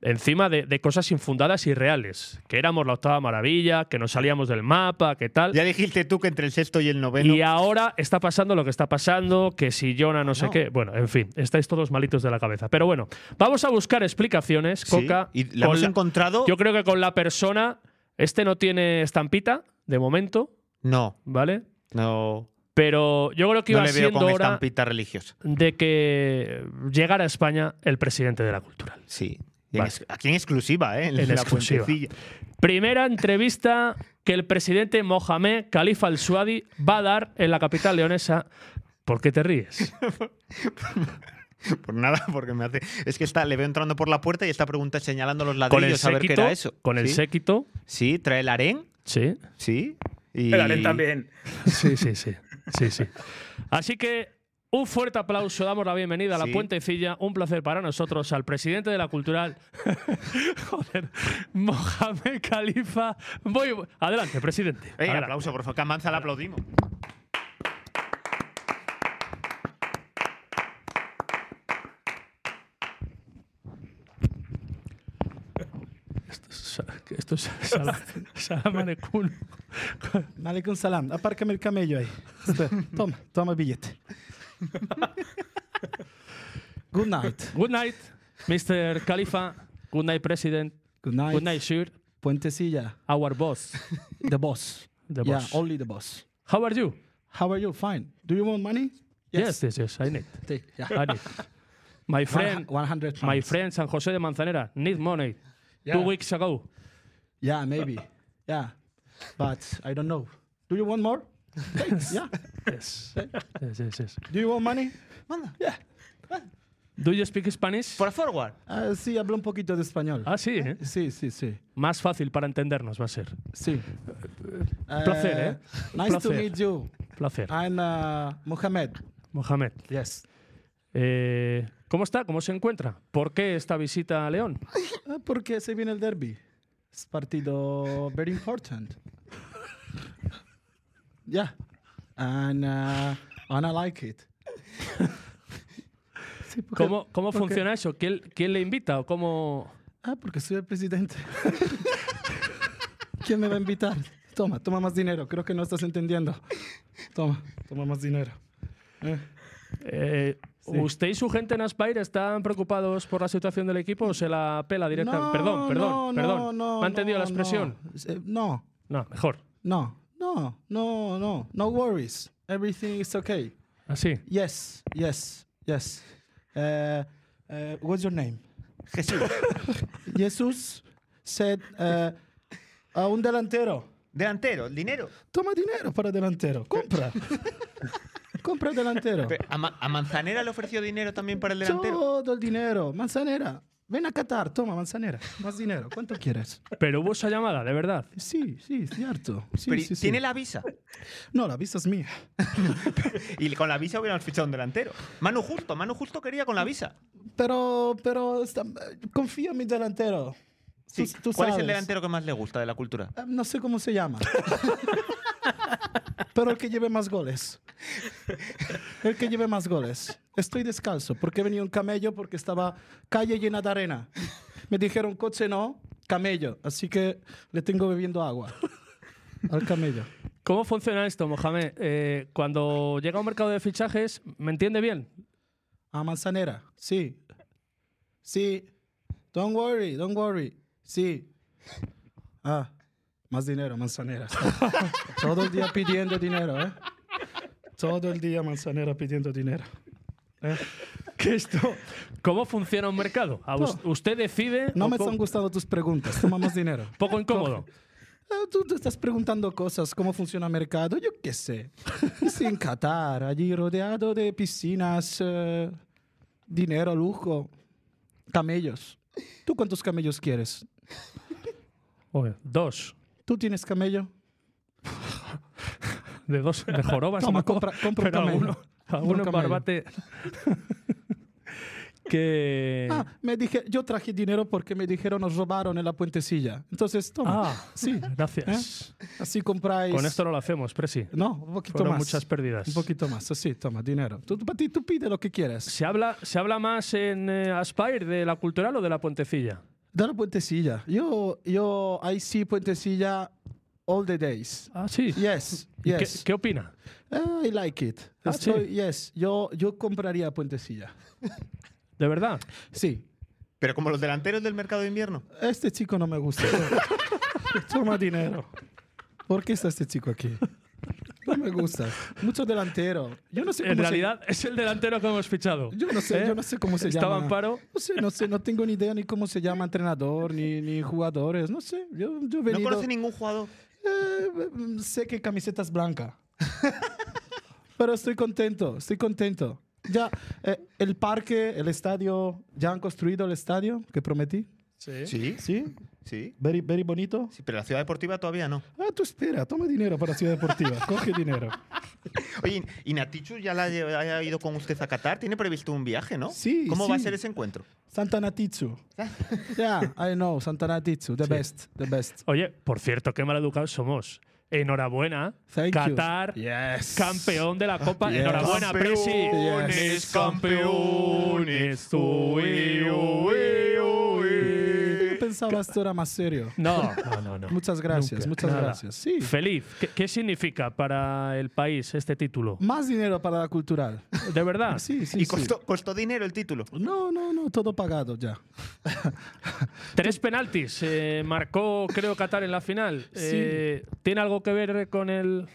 S1: encima de, de cosas infundadas y reales. Que éramos la octava maravilla, que nos salíamos del mapa, que tal.
S2: Ya dijiste tú que entre el sexto y el noveno.
S1: Y ahora está pasando lo que está pasando, que si Jonah no sé
S2: no.
S1: qué. Bueno, en fin, estáis todos malitos de la cabeza. Pero bueno, vamos a buscar explicaciones,
S2: Sí,
S1: Coca.
S2: y la
S1: con
S2: hemos encontrado.
S1: Yo creo que con la persona, este no tiene estampita, de momento,
S2: No,
S1: ¿vale?
S2: no.
S1: Pero yo creo que
S2: No
S1: iba
S2: le veo
S1: siendo
S2: con
S1: hora
S2: estampita religiosa.
S1: de que llegara a España el presidente de la cultural.
S2: Sí. Y en
S1: Vale.
S2: ex- Aquí en exclusiva, ¿eh? En,
S1: En
S2: la
S1: exclusiva.
S2: puentecilla.
S1: Primera entrevista que el presidente Mohamed Khalifa al-Suadi va a dar en la capital leonesa. ¿Por qué te ríes?
S2: Por nada, porque me hace. Es que está, le veo entrando por la puerta y esta pregunta señalando los ladrillos
S1: Con el
S2: a ver qué
S1: séquito.
S2: era eso.
S1: Con el
S2: ¿Sí?
S1: séquito.
S2: Sí, trae el harén.
S1: Sí,
S2: Sí. Y...
S3: El Alén también.
S1: sí, sí, sí. sí, sí. Así que un fuerte aplauso, damos la bienvenida a la
S2: Sí.
S1: puentecilla. Un placer para nosotros al presidente de la cultural, joder, Mohamed Khalifa. Voy, adelante, presidente.
S2: Eh,
S1: adelante.
S2: aplauso, por favor. que a Manza le aplaudimos.
S1: Sa- Esto es sal- Salamanecún.
S4: Malecón Salam, apárcame el camello ahí. Este, Toma, toma el billete. Good night.
S1: Good night, Mr. Khalifa. Good night, President.
S4: Good night.
S1: Good night, sir.
S4: Puentecilla,
S1: Our boss.
S4: the boss.
S1: The
S4: yeah,
S1: boss.
S4: only the boss.
S1: How are you?
S4: How are you? Fine. Do you want money?
S1: Yes, yes, yes. I need.
S4: Take. Yeah.
S1: I need. My friend,
S4: 100 pounds.
S1: my friend San José de Manzanera need money. Two weeks ago.
S4: Yeah, maybe. Yeah. But I don't know. Do you want more? Thanks. Yeah.
S1: Yes. yes, yes, yes.
S4: Do you want money? Yeah.
S1: Do you speak Spanish?
S2: Por forward.
S4: Ah, sí, hablo un poquito de español.
S1: Ah, sí, ¿eh?
S4: Sí, sí, sí.
S1: Más fácil para entendernos va a ser.
S4: Sí. Uh,
S1: placer, eh?
S4: Nice to
S1: Placer.
S4: meet you.
S1: Placer.
S4: I'm uh, Mohamed.
S1: Mohamed.
S4: Yes.
S1: eh, ¿Cómo está? ¿Cómo se encuentra? ¿Por qué esta visita a León?
S4: Ah, Porque se viene el derby. Es partido very important. Yeah. And, uh, and I like it. Sí, porque-
S1: ¿Cómo, cómo
S4: porque-
S1: funciona eso? ¿Quién, quién le invita o cómo...?
S4: Ah, porque soy el presidente. ¿Quién me va a invitar? Toma, toma más dinero. Creo que no estás entendiendo. Toma, toma más dinero. Eh,
S1: Eh, ¿Usted y su gente en Aspire están preocupados por la situación del equipo o se la pela directamente?
S4: no,
S1: perdón, perdón,
S4: no,
S1: perdón.
S4: no, no,
S1: ¿Me ha entendido la
S4: no,
S1: expresión?
S4: no. Eh, No,
S1: No, mejor.
S4: no, no, no, no. No worries. Everything is okay.
S1: Así.
S4: Yes, yes, yes. Uh, uh, what's your name?
S2: Jesús.
S4: Jesus said uh, a un delantero.
S2: Delantero, el dinero.
S4: Toma dinero para delantero. Compra. Compra delantero.
S2: Pe- A, Ma- a Manzanera le ofreció dinero también para el delantero.
S4: Todo el dinero. Manzanera. Ven a Qatar. Toma, manzanera. Más dinero. ¿Cuánto quieres?
S1: Pero hubo esa llamada, de verdad.
S4: Sí, sí, cierto. Sí,
S2: Pero
S4: sí, sí.
S2: tiene la visa.
S4: No, la visa es mía.
S2: Y con la visa hubiéramos fichado un delantero. Manu Justo, Manu Justo quería con la visa.
S4: Pero, pero está- eh, confío en mi delantero.
S2: Sí.
S4: Tú- tú
S2: ¿Cuál es
S4: sabes.
S2: el delantero que más le gusta de la cultura?
S4: Eh, No sé cómo se llama. Pero el que lleve más goles. El que lleve más goles. Estoy descalzo porque he venido en camello porque estaba calle llena de arena. Me dijeron coche no, camello. Así que le tengo bebiendo agua al camello.
S1: ¿Cómo funciona esto, Mohamed? Eh, cuando llega a un mercado de fichajes, ¿me entiende bien?
S4: A Ah, manzanera. Sí. Sí. Don't worry, don't worry. Sí. Ah, más dinero, manzanera. Todo el día pidiendo dinero, ¿eh? Todo el día manzanera pidiendo dinero. ¿eh?
S1: que esto. ¿Cómo funciona un mercado? A us- usted decide.
S4: No
S1: o
S4: me
S1: co-
S4: están gustando tus preguntas. Toma más dinero.
S1: Poco incómodo.
S4: Eh, Tú te estás preguntando cosas, cómo funciona el mercado, yo qué sé. Y sí, en Qatar, allí rodeado de piscinas, eh, dinero, lujo, camellos. ¿Tú cuántos camellos quieres?
S1: Joder, dos.
S4: ¿Tú tienes camello?
S1: De dos. De jorobas.
S4: Toma,
S1: ¿no?
S4: compra- compra un
S1: Pero
S4: camello.
S1: alguno,
S4: Compra un
S1: alguno en
S4: camello.
S1: barbate. que.
S4: Ah, me dije, yo traje dinero porque me dijeron nos robaron en la puentecilla. Entonces, toma. ¿Eh?
S1: Ah,
S4: sí.
S1: Gracias.
S4: Así compráis.
S1: Con esto no lo hacemos, Presi.
S4: No, un poquito
S1: Fueron
S4: más.
S1: muchas pérdidas.
S4: Un poquito más, así, toma, dinero. Tú, para ti, tú pide lo que quieras.
S1: ¿Se habla, ¿Se habla más en eh, Aspire de la cultural o de la puentecilla?
S4: Da la puentecilla. Yo, yo, ahí sí, puentecilla all the days.
S1: Ah, sí.
S4: Yes,
S1: ¿Y qué-
S4: yes.
S1: ¿Qué, opina?
S4: Eh, I like it.
S1: Ah,
S4: Estoy-
S1: sí.
S4: Yes, yo, yo compraría puentecilla.
S1: ¿De verdad?
S4: Sí.
S2: Pero como los delanteros del mercado de invierno.
S4: Este chico no me gusta. Toma dinero. ¿Por qué está este chico aquí? No me gusta. Mucho delantero. Yo no sé
S1: En
S4: cómo se-
S1: realidad es el delantero que hemos fichado.
S4: Yo no sé,
S1: ¿Eh?
S4: yo no sé cómo se
S1: Estaba
S4: llama.
S1: Amparo.
S4: No sé, no sé, no tengo ni idea ni cómo se llama entrenador, ni, ni jugadores, no sé. Yo, yo
S2: No
S4: he venido-
S2: conoce ningún jugador.
S4: Eh, mm, sé que camiseta es blanca. Pero estoy contento, estoy contento. Ya, eh, el parque, el estadio, ¿ya han construido el estadio que prometí?
S2: Sí,
S4: ¿Sí?
S2: sí.
S4: Very, very bonito.
S2: Sí, pero la ciudad deportiva todavía no.
S4: Ah, tú espera, toma dinero para Ciudad Deportiva, coge dinero.
S2: Oye, ¿y Natichu ya la lle- ha ido con usted a Qatar? Tiene previsto un viaje, ¿no?
S4: Sí,
S2: ¿Cómo va a
S4: sí.
S2: ser ese encuentro?
S4: Santanatitsu. Yeah, I know, Santanatitsu, the best, the best.
S1: Oye, por cierto, qué maleducados somos. Enhorabuena,
S4: Thank you.
S1: Qatar,
S4: Yes.
S1: campeón de la Copa.
S4: Yes.
S1: Enhorabuena,
S2: Campeones,
S1: Presi.
S4: Yes.
S1: campeones. uy, uy, uy.
S4: Yo pensaba esto era más serio.
S1: No, no, no. no.
S4: Muchas gracias,
S1: Nunca.
S4: muchas
S1: Nada.
S4: gracias. Sí.
S1: Feliz. ¿Qué, qué significa para el país este título?
S4: Más dinero para la cultural.
S1: ¿De verdad?
S4: Sí, sí,
S2: y
S4: sí.
S2: costó, costó dinero el título.
S4: No, no, no, todo pagado ya.
S1: Tres penaltis. eh, marcó, creo, Qatar en la final. Eh, ¿Tiene algo que ver con el...?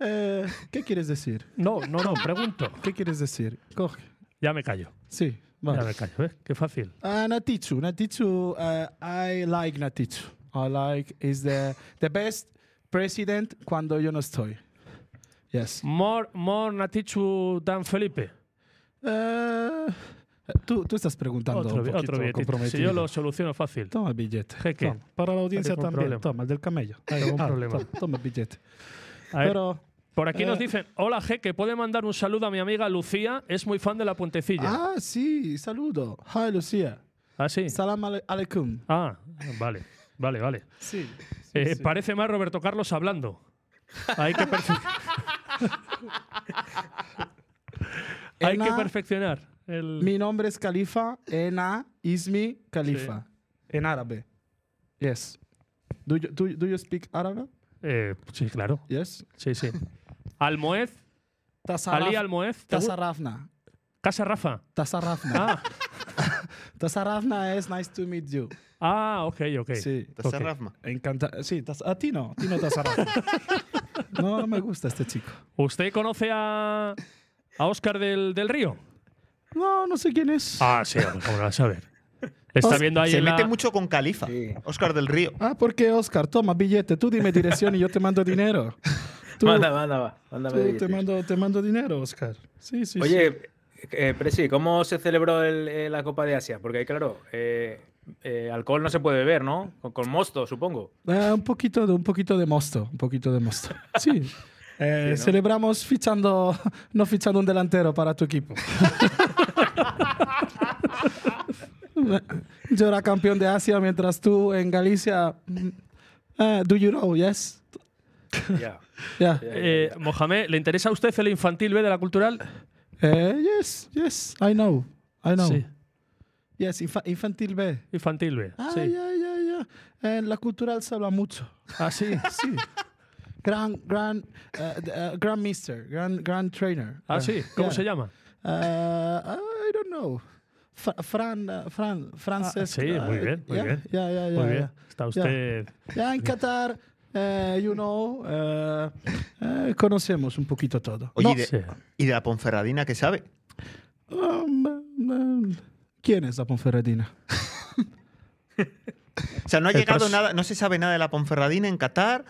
S4: Eh, ¿Qué quieres decir?
S1: No, no, no, pregunto.
S4: ¿Qué quieres decir? Coge.
S1: Ya me callo.
S4: Sí,
S1: Ya
S4: vale.
S1: me callo, ¿eh? Qué fácil.
S4: Uh, Natichu, Natichu, uh, I like Natichu. I like is the the best president cuando yo no estoy. Yes.
S1: More, more Natichu Dan Felipe.
S4: Eh, tú, tú estás preguntando
S1: Otro,
S4: un
S1: bi-
S4: poquito
S1: otro billetito.
S4: comprometido.
S1: Si yo lo soluciono fácil.
S4: Toma el billete.
S1: Jeque.
S4: Toma, Para la audiencia
S1: ningún
S4: también.
S1: problema.
S4: Toma, el del camello.
S1: ningún
S4: Ah,
S1: problema.
S4: to- Toma el billete.
S1: A ver,
S4: Pero.
S1: por aquí nos
S4: eh,
S1: dicen, hola G, que puede mandar un saludo a mi amiga Lucía, es muy fan de La Puentecilla.
S4: Ah, sí, saludo. Hi, Lucía.
S1: ¿Ah, sí?
S4: Salam ale- aleikum.
S1: Ah, vale, vale, vale.
S4: Sí.
S1: Eh, Parece más Roberto Carlos hablando. Hay que, perfe- hay que
S4: Ena,
S1: perfeccionar. el-
S4: Mi nombre es Califa. Ena Ismi Califa. En árabe. Yes. Do you, do, you- do you speak árabe?
S1: Eh, sí, claro.
S4: Yes.
S1: Sí, sí. Almoez,
S4: Tasaraf-
S1: Ali Almoez. ¿te gu-
S4: Tasarafna.
S1: Casa Rafa.
S4: Tasarafna.
S1: Ah,
S4: Tasarafna es nice to meet you.
S1: ah, ok, ok.
S4: Sí.
S2: Entonces,
S1: Ok.
S2: Rafma.
S4: Encanta. Sí, tas- a ti no. A ti no Tasarafna. no, no me gusta este chico.
S1: ¿Usted conoce a, a Oscar del, del Río?
S4: No, no sé quién es.
S1: Ah, sí, vamos a saber. Está
S4: Os-
S1: viendo ahí
S2: Se
S1: en
S2: mete
S1: la-
S2: mucho con Califa, Oscar del Río.
S4: Ah, ¿por qué, Oscar? Toma billete. Tú dime dirección y yo te mando dinero. Tú,
S3: Manda, manda, va, mándame
S4: tú te,
S3: billetes.
S4: mando, te mando dinero, Oscar. Sí, sí, sí.
S3: Oye, eh, Presi, ¿cómo se celebró el- eh, la Copa de Asia? Porque, claro, eh, eh, alcohol no se puede beber, ¿no? Con, con mosto, supongo.
S4: Ah, un, poquito de, un poquito de mosto. Un poquito de mosto. Sí. Eh, Celebramos fichando, no fichando un delantero para tu equipo. Yo era campeón de Asia mientras tú en Galicia. mm, ah, do you know? Yes.
S3: Ya.
S4: Yeah.
S1: Eh, Mohamed, ¿le interesa a usted el infantil B de la cultural?
S4: Eh, yes, yes. I know. I know.
S1: Sí.
S4: Yes, infa- infantil B.
S1: Infantil B.
S4: Ah,
S1: sí.
S4: ya, ya, ya. En la cultural se habla mucho.
S1: Ah, sí.
S4: Sí. gran, gran, eh, d- eh, gran mister, gran, gran trainer.
S1: Ah, sí. ¿Cómo se llama?
S4: llama? I don't know. Fra- Fran, eh, Fran, Francesc.
S1: Ah, sí,
S4: eh,
S1: muy bien, muy
S4: ya,
S1: bien.
S4: Ya, ya, ya.
S1: Muy bien.
S4: ya.
S1: Está
S4: Ya.
S1: usted.
S4: Ya en Qatar, eh, you know, eh, eh, conocemos un poquito todo.
S2: Oye,
S4: No,
S2: y, de,
S1: sí.
S2: y de la Ponferradina, ¿qué sabe?
S4: um, ¿Quién es la Ponferradina?
S2: O sea, no ha
S1: El
S2: llegado
S1: pros-
S2: nada, no se sabe nada de la Ponferradina en Qatar.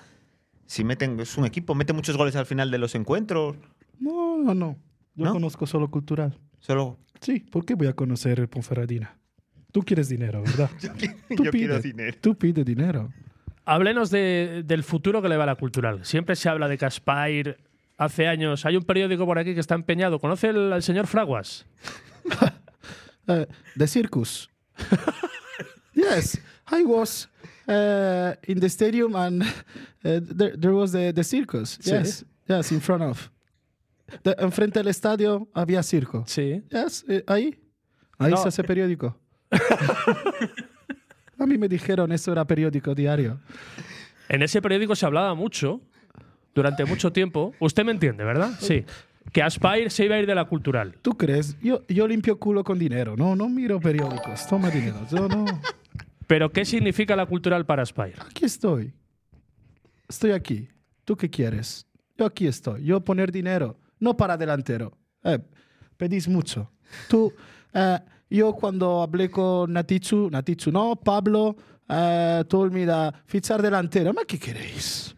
S2: Si meten, es un equipo, mete muchos goles al final de los encuentros.
S4: No, no, no. Yo
S2: ¿No?
S4: conozco solo cultural.
S2: Solo
S4: Sí, ¿por qué voy a conocer Ponferradina? Tú quieres dinero, ¿verdad? Tú
S2: yo quiero
S4: pide,
S2: dinero.
S4: Tú pide dinero.
S1: Háblenos de- del futuro que le va a la cultural. Siempre se habla de Caspair. Hace años hay un periódico por aquí que está empeñado. ¿Conoce el- al señor Fraguas?
S4: Uh, the circus. yes, I was uh, in the stadium and uh, there, there was the, the circus.
S1: Sí.
S4: Yes, yes, in front of. The- enfrente del estadio había circo.
S1: Sí.
S4: Yes, eh, ahí. Ahí
S1: No.
S4: se hace periódico. A mí me dijeron eso era periódico diario.
S1: En ese periódico se hablaba mucho, durante mucho tiempo. Usted me entiende, ¿verdad? Sí. Que Aspire se iba a ir de la cultural.
S4: ¿Tú crees? Yo, yo limpio culo con dinero. No, no miro periódicos. Toma dinero. Yo no.
S1: Pero ¿qué significa la cultural para Aspire?
S4: Aquí estoy. Estoy aquí. ¿Tú qué quieres? Yo aquí estoy. Yo poner dinero, no para delantero. Eh, pedís mucho. Tú, eh, yo cuando hablé con Natichu, Natichu no, Pablo, eh, tú olvida fichar delantero. ¿Ma qué queréis?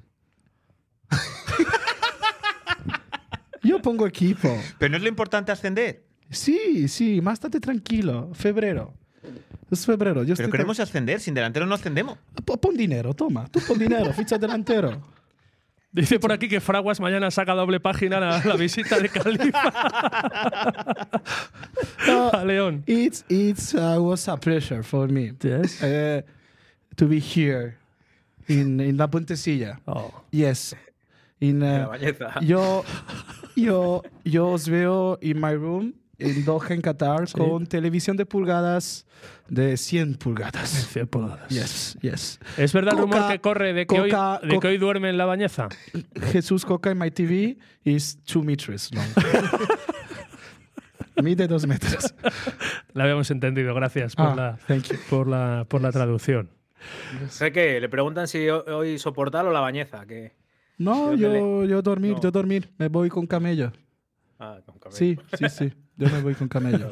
S4: yo pongo equipo.
S2: Pero no es lo importante ascender.
S4: Sí, sí, más estate tranquilo. Febrero. Es febrero. Yo
S2: Pero
S4: estoy
S2: queremos ascender, sin delantero no ascendemos.
S4: P- Pon dinero, toma. Tú pon dinero, ficha delantero.
S1: Dice por aquí que Fraguas mañana saca doble página la, la visita de Califa
S4: No,
S1: a León.
S4: it it's, uh, was a pleasure for me
S1: Yes.
S4: uh, to be here in, in La Puentecilla.
S1: Oh.
S4: Yes. In, uh,
S3: La bañeza.
S4: yo, yo, yo os veo in my room en Doha, en Qatar, con televisión de pulgadas de 100 pulgadas.
S1: Cien pulgadas.
S4: Yes, yes.
S1: ¿Es verdad el rumor
S4: Coca-
S1: que corre de que,
S4: Coca-
S1: hoy, de que
S4: Coca-
S1: hoy duerme en la bañeza?
S4: Jesús Coca in my TV is two meters long. Mide dos metros.
S1: La habíamos entendido, gracias por,
S4: Ah,
S1: la,
S4: thank you.
S1: por, la, por la traducción.
S3: Sé que le preguntan si ho- hoy soportar o la bañeza. Que...
S4: No,
S3: Yo
S4: yo, yo dormir,
S3: No.
S4: yo dormir. Me voy con camello.
S3: Ah, con cabello.
S4: Sí, sí, sí. Yo me voy con camello.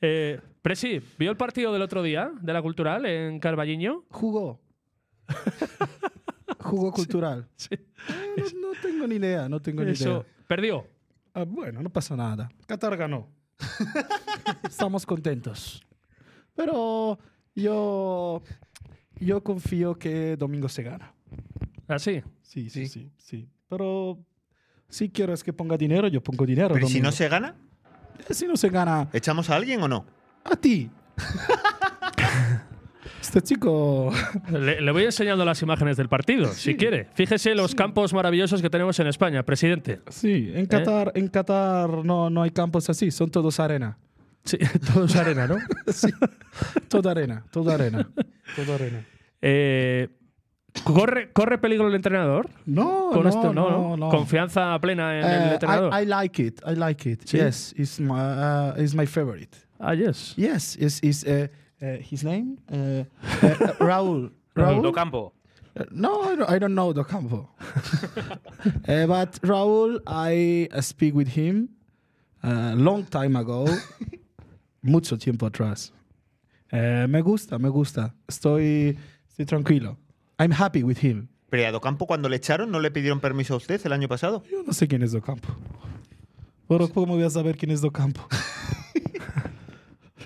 S1: Eh, Presi, ¿vio el partido del otro día de la cultural en Carballiño?
S4: Jugó. Jugó cultural. Eh, no, no tengo ni idea, no tengo ni
S1: Eso.
S4: idea.
S1: Perdió.
S4: Ah, bueno, no pasa nada. Qatar ganó. Estamos contentos. Pero yo, yo confío que domingo se gana.
S1: Así.
S4: Sí, sí, sí, sí. Pero si quieres que ponga dinero, yo pongo dinero.
S2: Pero ¿y si
S4: domingo.
S2: no se gana,
S4: Eh, si no se gana,
S2: ¿echamos a alguien o no?
S4: a ti. este chico
S1: Le, le voy enseñando las imágenes del partido, si quiere. Fíjese los campos maravillosos que tenemos en España, presidente.
S4: Sí,
S1: ¿Eh?
S4: en Qatar, en Qatar no, no hay campos así, son todos arena.
S1: Sí, todo es arena, ¿no?
S4: Toda arena, toda arena, toda arena.
S1: Eh, ¿corre, ¿Corre peligro el entrenador?
S4: No,
S1: Con
S4: no,
S1: esto, no,
S4: no, no.
S1: Confianza plena en el
S4: Eh,
S1: entrenador.
S4: I, I like it, I like it.
S1: Sí.
S4: Yes, it's my, uh, it's my favorite.
S1: ah, yes.
S4: Yes, it's, it's uh, uh, his name? Uh, uh, Raúl. Raúl?
S3: Do campo.
S4: Uh, No, I don't, I don't know the campo. Uh, but Raúl, I uh, speak with him a long time ago, mucho tiempo atrás. Eh, me gusta, me gusta. Estoy, estoy tranquilo. I'm happy with him.
S2: Pero ¿y a Docampo cuando le echaron no le pidieron permiso a usted el año pasado.
S4: Yo no sé quién es Docampo. Pero ¿cómo voy a saber quién es Docampo?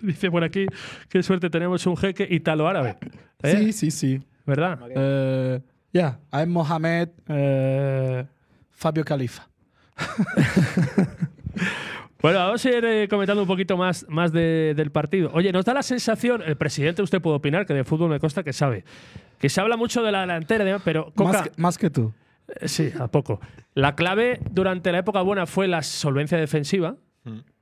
S1: Dice por aquí, qué suerte tenemos un jeque italo-árabe. ¿Eh?
S4: Sí, sí, sí.
S1: ¿Verdad?
S4: Eh, yeah, I'm Mohamed eh, Fabio Califa.
S1: Bueno, vamos a ir eh, comentando un poquito más, más de- del partido. Oye, nos da la sensación, el presidente, usted puede opinar, que de fútbol me consta que sabe, que se habla mucho de la delantera, de- pero Coca,
S4: Más que, más que tú.
S1: eh, sí, a poco. La clave durante la época buena fue la solvencia defensiva,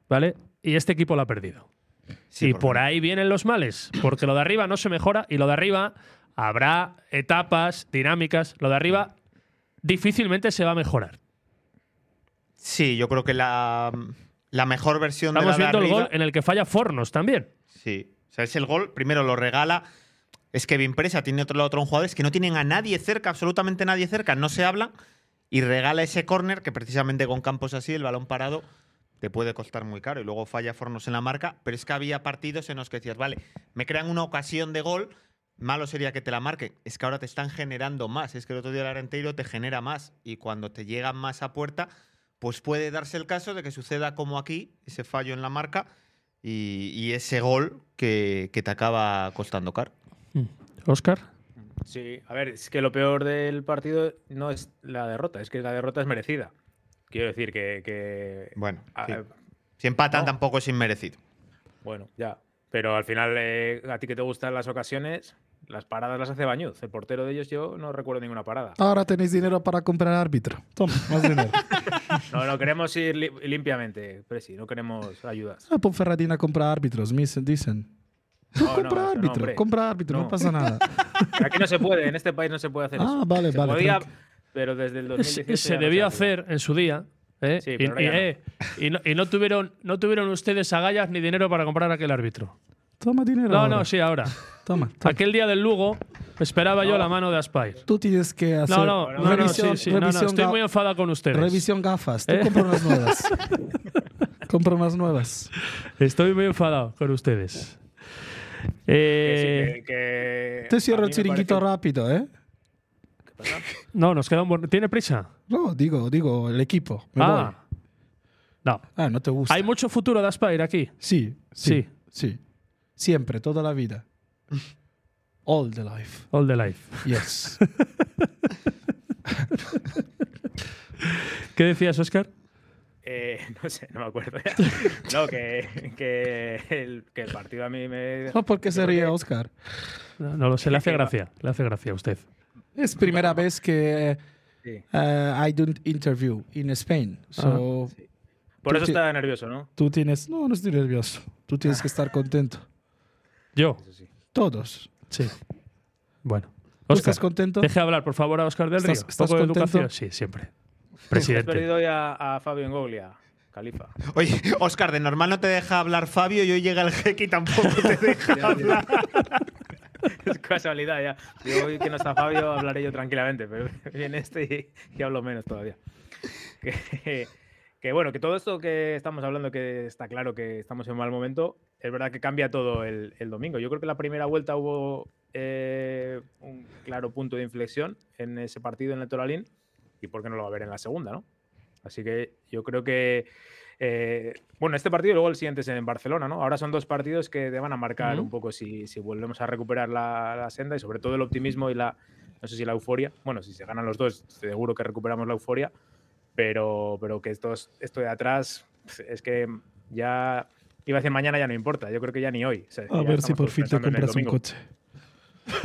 S1: ¿vale? Y este equipo la ha perdido.
S2: Hmm. Sí,
S1: y por, ahí vienen los males, porque lo de arriba no se mejora y lo de arriba habrá etapas, dinámicas, lo de arriba difícilmente se va a mejorar.
S2: Sí, yo creo que la, la mejor versión
S1: Estamos
S2: de la de
S1: viendo el
S2: arriba-
S1: gol en el que falla Fornos también.
S2: Sí. O sea, es el gol, primero lo regala. Es que Presa tiene otro lado otro jugador, es que no tienen a nadie cerca, absolutamente nadie cerca, no se hablan. Y regala ese córner que precisamente con campos así, el balón parado, te puede costar muy caro y luego falla Fornos en la marca, pero es que había partidos en los que decías, vale, me crean una ocasión de gol, malo sería que te la marquen, es que ahora te están generando más, es que el otro día el Arenteiro te genera más y cuando te llegan más a puerta, pues puede darse el caso de que suceda como aquí, ese fallo en la marca y, y ese gol que, que te acaba costando caro.
S1: Oscar.
S3: Sí, a ver, es que lo peor del partido no es la derrota, es que la derrota es merecida. Quiero decir que. que-
S2: Bueno,
S3: a-
S1: Ah,
S2: sí.
S1: eh,
S2: si empatan
S3: no.
S2: tampoco es inmerecido.
S3: Bueno, ya. Pero al final, eh, a ti que te gustan las ocasiones, las paradas las hace Bañuz. El portero de ellos, yo no recuerdo ninguna parada.
S4: Ahora tenéis dinero para comprar árbitro. Toma, más dinero.
S3: No, no queremos ir li- limpiamente, Presi, no queremos ayudas.
S4: Ah, Ponferradina compra árbitros, me dicen- dicen.
S3: No, no,
S4: compra
S3: no,
S4: árbitro,
S3: hombre.
S4: compra árbitro, no.
S3: No.
S4: pasa nada.
S3: Aquí no se puede, en este país no se puede hacer
S4: Ah,
S3: eso.
S4: vale,
S3: Se
S4: vale,
S3: podía,
S4: tranqui.
S3: pero desde el
S1: se,
S3: 2018
S1: se
S3: ya no
S1: debió
S3: hace.
S1: hacer en su día. ¿eh?
S3: Sí,
S1: y,
S3: pero ahora
S1: y,
S3: ya no.
S1: eh, y no, y no tuvieron, no tuvieron ustedes agallas ni dinero para comprar aquel árbitro.
S4: Toma dinero.
S1: No,
S4: ahora.
S1: no, sí, ahora.
S4: Toma, toma.
S1: Aquel día del Lugo esperaba yo la mano de Aspire.
S4: Tú tienes que hacer.
S1: No, no, no, no, sí,
S4: revisión-
S1: sí, no, no,
S4: revisión
S1: estoy
S4: ga-
S1: muy enfadado con ustedes. ¿Eh?
S4: Revisión gafas. Tú compra unas nuevas. compra unas nuevas.
S1: Estoy muy enfadado con ustedes.
S3: Que sí,
S1: Eh,
S3: que- que
S4: Te
S3: a
S4: cierro
S3: mí
S4: el
S3: me
S4: chiringuito
S3: parece-
S4: rápido, ¿eh?
S1: no, nos queda un buen... ¿Tiene prisa?
S4: No, digo, digo, el equipo. Me voy.
S1: ah. No.
S4: Ah, no te gusta.
S1: Hay mucho futuro de Aspire aquí.
S4: Sí, sí, sí, Siempre, toda la vida. All the life.
S1: All the life.
S4: Yes.
S1: ¿Qué decías, Oscar?
S3: Eh, no sé, no me acuerdo ya. No, que, que, el, que el partido a mí me.
S4: No, porque sería Oscar.
S1: No, no lo sé, le hace gracia. Le hace gracia a usted.
S4: Es primera vez que
S3: Sí.
S4: eh, I don't interview in Spain. So,
S3: Por eso
S4: Sí.
S3: estaba nervioso, ¿no?
S4: Tú tienes. No, no estoy nervioso. Tú tienes que estar contento.
S1: Yo.
S4: Todos.
S1: Sí. Bueno.
S4: ¿Tú
S1: Oscar,
S4: estás contento?
S1: deje hablar, por favor, a Oscar del Río.
S4: ¿Estás-
S1: ¿Un
S4: estás
S1: poco de
S4: contento?
S1: educación? Sí, siempre.
S3: Has
S1: Presidente.
S3: perdido hoy a, a Fabio Engoglia, Califa.
S2: Oye, Oscar, de normal no te deja hablar Fabio y hoy llega el jeque y tampoco te deja hablar.
S3: Es casualidad ya. Yo hoy que no está Fabio hablaré yo tranquilamente, pero viene este y, y hablo menos todavía. Que, que bueno, que todo esto que estamos hablando, que está claro que estamos en mal momento, es verdad que cambia todo el, el domingo. Yo creo que la primera vuelta hubo eh, un claro punto de inflexión en ese partido en el Toralín y por qué no lo va a haber en la segunda, ¿no? Así que yo creo que eh, bueno, este partido y luego el siguiente es en Barcelona, ¿no? Ahora son dos partidos que te van a marcar un poco si, si volvemos a recuperar la, la senda y sobre todo el optimismo y la, no sé si la euforia. Bueno, si se ganan los dos, seguro que recuperamos la euforia, pero, pero que estos, esto de atrás es que ya, iba a decir mañana ya no importa, yo creo que ya ni hoy. O sea, ya
S4: A ver si
S3: estamos
S4: por
S3: todos
S4: fin te
S3: pensando en el
S4: compras un
S3: domingo.
S4: coche.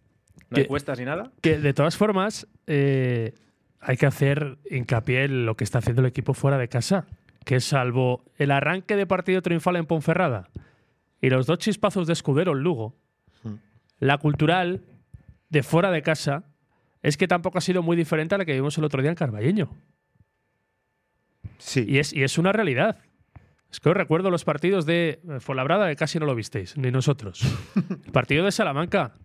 S3: No
S1: Que-
S3: hay cuestas ni nada.
S1: Que de todas formas, eh, hay que hacer hincapié en lo que está haciendo el equipo fuera de casa. Que salvo el arranque de partido triunfal en Ponferrada y los dos chispazos de escudero en Lugo, Hmm. la cultural de fuera de casa es que tampoco ha sido muy diferente a la que vimos el otro día en Carballeño.
S2: Sí.
S1: Y es, y es una realidad. Es que os recuerdo los partidos de eh, Fuenlabrada que casi no lo visteis, ni nosotros. El partido de Salamanca,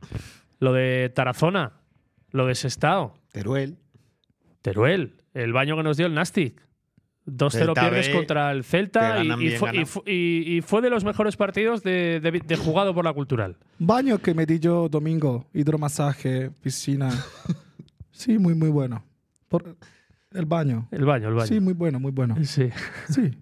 S1: lo de Tarazona, lo de Sestao,
S2: Teruel.
S1: Teruel, el baño que nos dio el Nastic. 2-0
S2: Celta
S1: pierdes
S2: B,
S1: contra el
S2: que
S1: Celta y,
S2: ganan
S1: y
S2: bien,
S1: fue, y
S2: ganan.
S1: fu- y- y fue de los mejores partidos de, de- de jugado por la cultural.
S4: Baño que me di yo domingo, hidromasaje, piscina. Sí, muy, muy bueno. Por el baño.
S1: El baño, el baño.
S4: Sí, muy bueno, muy bueno.
S1: Sí.
S4: Sí.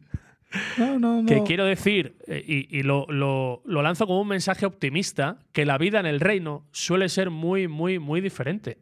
S4: No, no, no.
S1: Que quiero decir, eh, y, y lo, lo- lo lanzo como un mensaje optimista, que la vida en el reino suele ser muy, muy, muy diferente.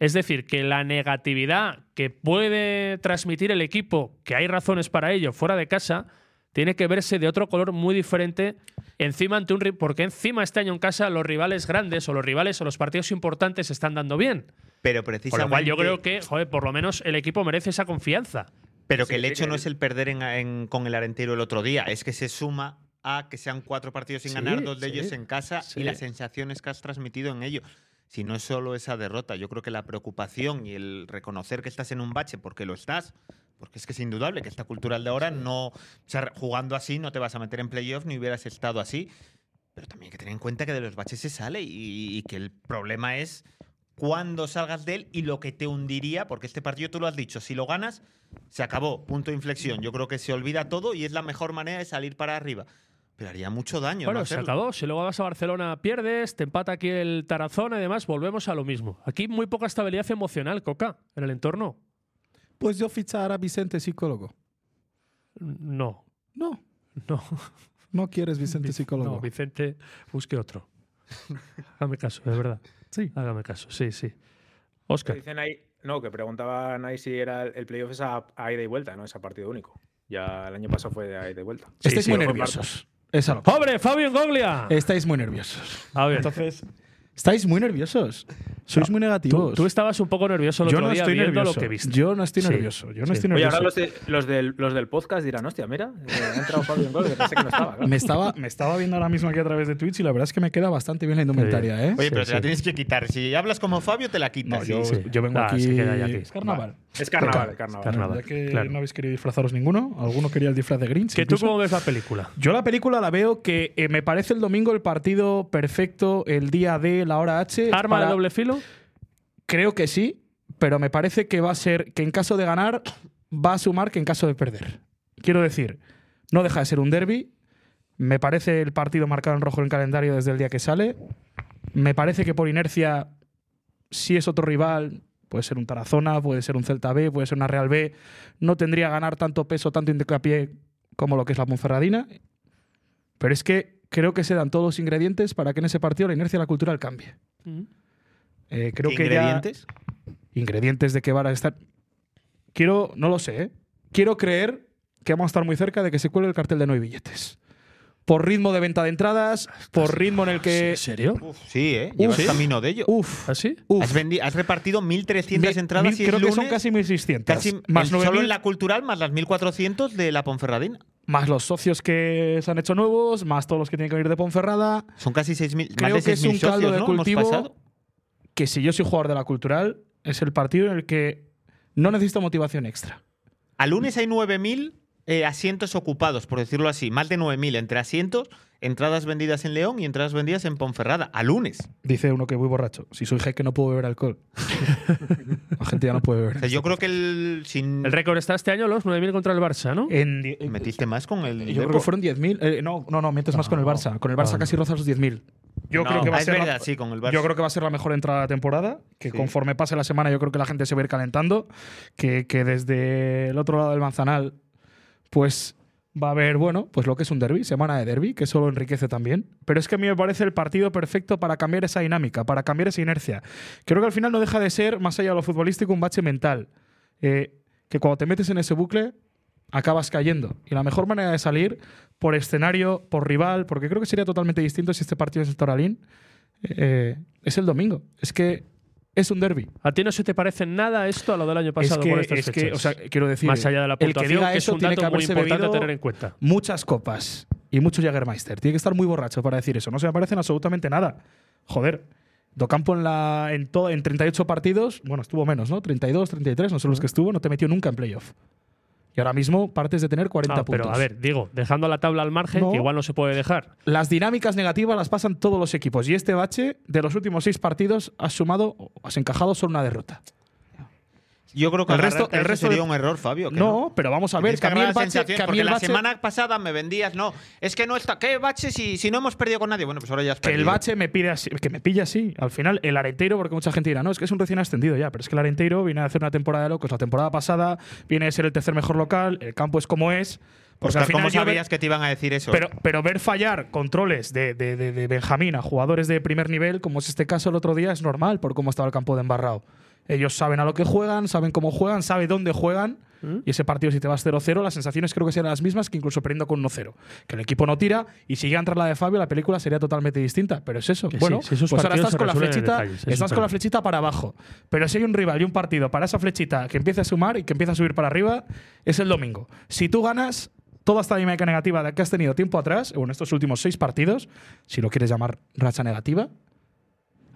S1: Es decir, que la negatividad que puede transmitir el equipo, que hay razones para ello, fuera de casa, tiene que verse de otro color muy diferente encima ante un ri- porque encima este año en casa los rivales grandes o los rivales o los partidos importantes se están dando bien.
S2: Pero
S1: Con
S2: precisamente.
S1: lo cual yo creo que, joder, por lo menos el equipo merece esa confianza.
S2: Pero que el hecho no es el perder en- en- con el Arenteiro el otro día, es que se suma a que sean cuatro partidos sin
S1: Sí,
S2: ganar, dos de
S1: sí,
S2: ellos en casa
S1: sí.
S2: y las sensaciones que has transmitido en ello. Si no es solo esa derrota, yo creo que la preocupación y el reconocer que estás en un bache porque lo estás, porque es que es indudable que esta cultural de ahora no, o sea, jugando así no te vas a meter en playoff ni hubieras estado así. Pero también hay que tener en cuenta que de los baches se sale y, y que el problema es cuándo salgas de él y lo que te hundiría, porque este partido tú lo has dicho, si lo ganas, se acabó, punto de inflexión. Yo creo que se olvida todo y es la mejor manera de salir para arriba. Pero haría mucho daño.
S1: Bueno,
S2: no
S1: se
S2: hacerlo.
S1: acabó. Si luego vas a Barcelona, pierdes, te empata aquí el Tarazona y demás, volvemos a lo mismo. Aquí muy poca estabilidad emocional, Coca, en el entorno.
S4: Pues yo fichar a Vicente psicólogo.
S1: No,
S4: No,
S1: no.
S4: no quieres Vicente
S1: No,
S4: psicólogo.
S1: Vicente, busque otro. Hágame caso, de verdad.
S4: Sí.
S1: Hágame caso, sí, sí.
S3: Que
S1: Oscar,
S3: dicen ahí, no, que preguntaban ahí si era el el playoff es a, a ida y vuelta, no es a partido único. Ya el año pasado fue de a ida y vuelta.
S4: Estáis
S1: sí,
S4: muy
S1: fue
S4: nerviosos. Esa lo-
S1: ¡Pobre Fabio Goglia!
S4: Estáis muy nerviosos.
S1: A ver,
S4: Entonces, estáis muy nerviosos. Sois muy negativos.
S1: tú, tú estabas un poco nervioso el
S4: yo
S1: otro
S4: no
S1: día
S4: estoy
S1: viendo
S4: nervioso.
S1: lo que viste.
S4: Yo no estoy
S1: Sí,
S4: nervioso. Yo no
S1: Mm. sí.
S4: estoy
S3: Oye,
S4: nervioso.
S3: ahora los, de- los del, los del podcast dirán, hostia, mira, eh, ha entrado Fabio en gol, que pensé que no estaba. claro".
S4: me, estaba, me estaba viendo ahora mismo aquí a través de Twitch y la verdad es que me queda bastante bien la indumentaria, ¿eh?
S2: Oye,
S1: Sí,
S2: pero te la
S1: sí.
S2: tienes que quitar. Si hablas como Fabio, te la quitas.
S4: No, yo,
S1: sí.
S4: yo vengo
S1: Ah,
S4: aquí.
S1: se queda ya aquí.
S4: Es carnaval.
S3: Es carnaval, carnaval.
S1: carnaval.
S4: Ya que
S1: claro.
S4: no habéis querido disfrazaros ninguno, alguno quería el disfraz de Grinch.
S1: ¿Que tú
S4: incluso.
S1: cómo ves la película?
S4: Yo la película la veo que eh, me parece el domingo el partido perfecto, el día D, la hora H.
S1: ¿Arma
S4: para-
S1: de doble filo?
S4: Creo que sí, pero me parece que va a ser que en caso de ganar va a sumar que en caso de perder. Quiero decir, no deja de ser un derby. Me parece el partido marcado en rojo en el calendario desde el día que sale. Me parece que por inercia, si es otro rival, puede ser un Tarazona, puede ser un Celta B, puede ser una Real B, no tendría que ganar tanto peso, tanto hincapié como lo que es la Ponferradina. Pero es que creo que se dan todos los ingredientes para que en ese partido la inercia de la cultural cambie. Eh, creo que ya-
S2: ingredientes?
S4: ingredientes de que van a estar. Quiero, no lo sé, ¿eh? quiero creer que vamos a estar muy cerca de que se cuele el cartel de no hay billetes. Por ritmo de venta de entradas, por ritmo en el que.
S1: ¿En serio?
S2: Uf, sí, ¿Ah, ¿eh? Llevas
S4: sí.
S2: camino de ello.
S4: Uf,
S1: ¿Así?
S4: uf.
S2: Has, vendi- has repartido 1.300
S4: Mil-
S2: entradas
S4: mil-
S2: y es
S4: creo que son
S2: lunes,
S4: casi 1.600.
S2: casi
S4: más,
S2: el- solo
S4: 9.000,
S2: en la cultural, más las 1.400 de la Ponferradina.
S4: más los socios que se han hecho nuevos, más todos los que tienen que venir de Ponferrada.
S2: Son casi 6.000.
S4: Creo
S2: más
S4: que
S2: de
S4: es
S2: 6.000
S4: un caldo
S2: socios,
S4: de
S2: ¿no? Hemos pasado.
S4: cultivo que, si yo soy jugador de la cultural, es el partido en el que no necesito motivación extra.
S2: A lunes hay 9.000 eh, asientos ocupados, por decirlo así. Más de 9.000 entre asientos, entradas vendidas en León y entradas vendidas en Ponferrada. A lunes.
S4: Dice uno que voy borracho. Si soy jeque, no puedo beber alcohol. la gente ya no puede beber.
S2: O sea, yo creo que el. Sin,
S1: El récord está este año los 9.000 contra el Barça, ¿no?
S4: En die- eh,
S2: metiste más con el.
S4: yo creo
S2: Depor.
S4: que fueron 10.000. eh, no, no, no, metes más con el Barça. Con el Barça casi rozas los 10.000. Ah, Yo
S3: No.
S4: creo que va
S2: Ah,
S4: a
S2: es
S4: ser.
S2: verdad,
S4: la,
S2: sí, con el Barça.
S4: yo creo que va a ser la mejor entrada de la temporada. Que
S2: Sí.
S4: conforme pase la semana, yo creo que la gente se va a ir calentando. Que, que desde el otro lado del manzanal, pues va a haber, bueno, pues lo que es un derby, semana de derby, que eso lo enriquece también. Pero es que a mí me parece el partido perfecto para cambiar esa dinámica, para cambiar esa inercia. Creo que al final no deja de ser, más allá de lo futbolístico, un bache mental. Eh, que cuando te metes en ese bucle, acabas cayendo. Y la mejor manera de salir, por escenario, por rival, porque creo que sería totalmente distinto si este partido es el Toralín, eh, es el domingo. Es que es un derby.
S1: ¿A ti no se te parece nada esto a lo del año pasado
S4: es que,
S1: por estas
S4: es que,
S1: fechas?
S4: o sea, quiero decir,
S1: Más allá de la
S4: el que
S1: puntuación,
S4: diga
S1: que, es
S4: eso
S1: un
S4: tiene
S1: dato
S4: que
S1: muy
S4: haberse
S1: importante a
S4: bebido
S1: tener en cuenta.
S4: muchas copas y mucho Jagermeister. Tiene que estar muy borracho para decir eso. No se me parece en absolutamente nada. Joder. Docampo en, la, en, todo, en 38 partidos, bueno, estuvo menos, ¿no? 32, 33, no son los que estuvo, no te metió nunca en playoff. Y ahora mismo partes de tener 40
S1: Ah,
S4: puntos.
S1: pero a ver, digo, dejando la tabla al margen,
S4: No.
S1: que igual no se puede dejar.
S4: Las dinámicas negativas las pasan todos los equipos. Y este bache, de los últimos seis partidos, has sumado, o has encajado solo una derrota.
S2: Yo creo que
S4: El
S2: el
S4: resto-
S2: resto,
S4: el resto
S2: sería
S4: de-
S2: un error, Fabio. que
S4: No, pero vamos a
S2: Tienes
S4: ver.
S2: que
S4: Que a mí
S2: agarrar
S4: el
S2: la
S4: bache,
S2: sensación,
S4: que a mí
S2: porque
S4: el
S2: la
S4: bache,
S2: semana pasada me vendías, no, es que no está, ¿qué bache si, si no hemos perdido con nadie? Bueno, pues ahora ya has
S4: que el
S2: perdido.
S4: bache me pide así, que me pilla así. Al final, el Arenteiro, porque mucha gente dirá, no, es que es un recién ascendido ya, pero es que el Arenteiro viene a hacer una temporada de locos. La temporada pasada viene a ser el tercer mejor local, el campo es como es. Porque
S2: Oscar,
S4: pues al final
S2: ¿cómo
S4: yo ve-
S2: sabías que te iban a decir eso?
S4: Pero, pero ver fallar controles de, de- de- de Benjamín a jugadores de primer nivel, como es este caso el otro día, es normal por cómo estaba el campo de embarrado. Ellos saben a lo que juegan, saben cómo juegan, saben dónde juegan.
S1: Mm.
S4: Y ese partido, si te vas 0-0, las sensaciones creo que serán las mismas que incluso perdiendo con 1-0. Que el equipo no tira y si llega a entrar la de Fabio, la película sería totalmente distinta. Pero es eso.
S1: Que sí,
S4: bueno,
S1: si esos
S4: pues ahora
S1: partidos
S4: estás
S1: se
S4: con la
S1: resuelven en
S4: flechita,
S1: detalles, eso
S4: estás
S1: es
S4: con la
S1: verdad.
S4: flechita para abajo. Pero si hay un rival y un partido para esa flechita que empiece a sumar y que empiece a subir para arriba, es el domingo. Si tú ganas, toda esta dinámica negativa de que has tenido tiempo atrás, o en estos últimos seis partidos, si lo quieres llamar racha negativa,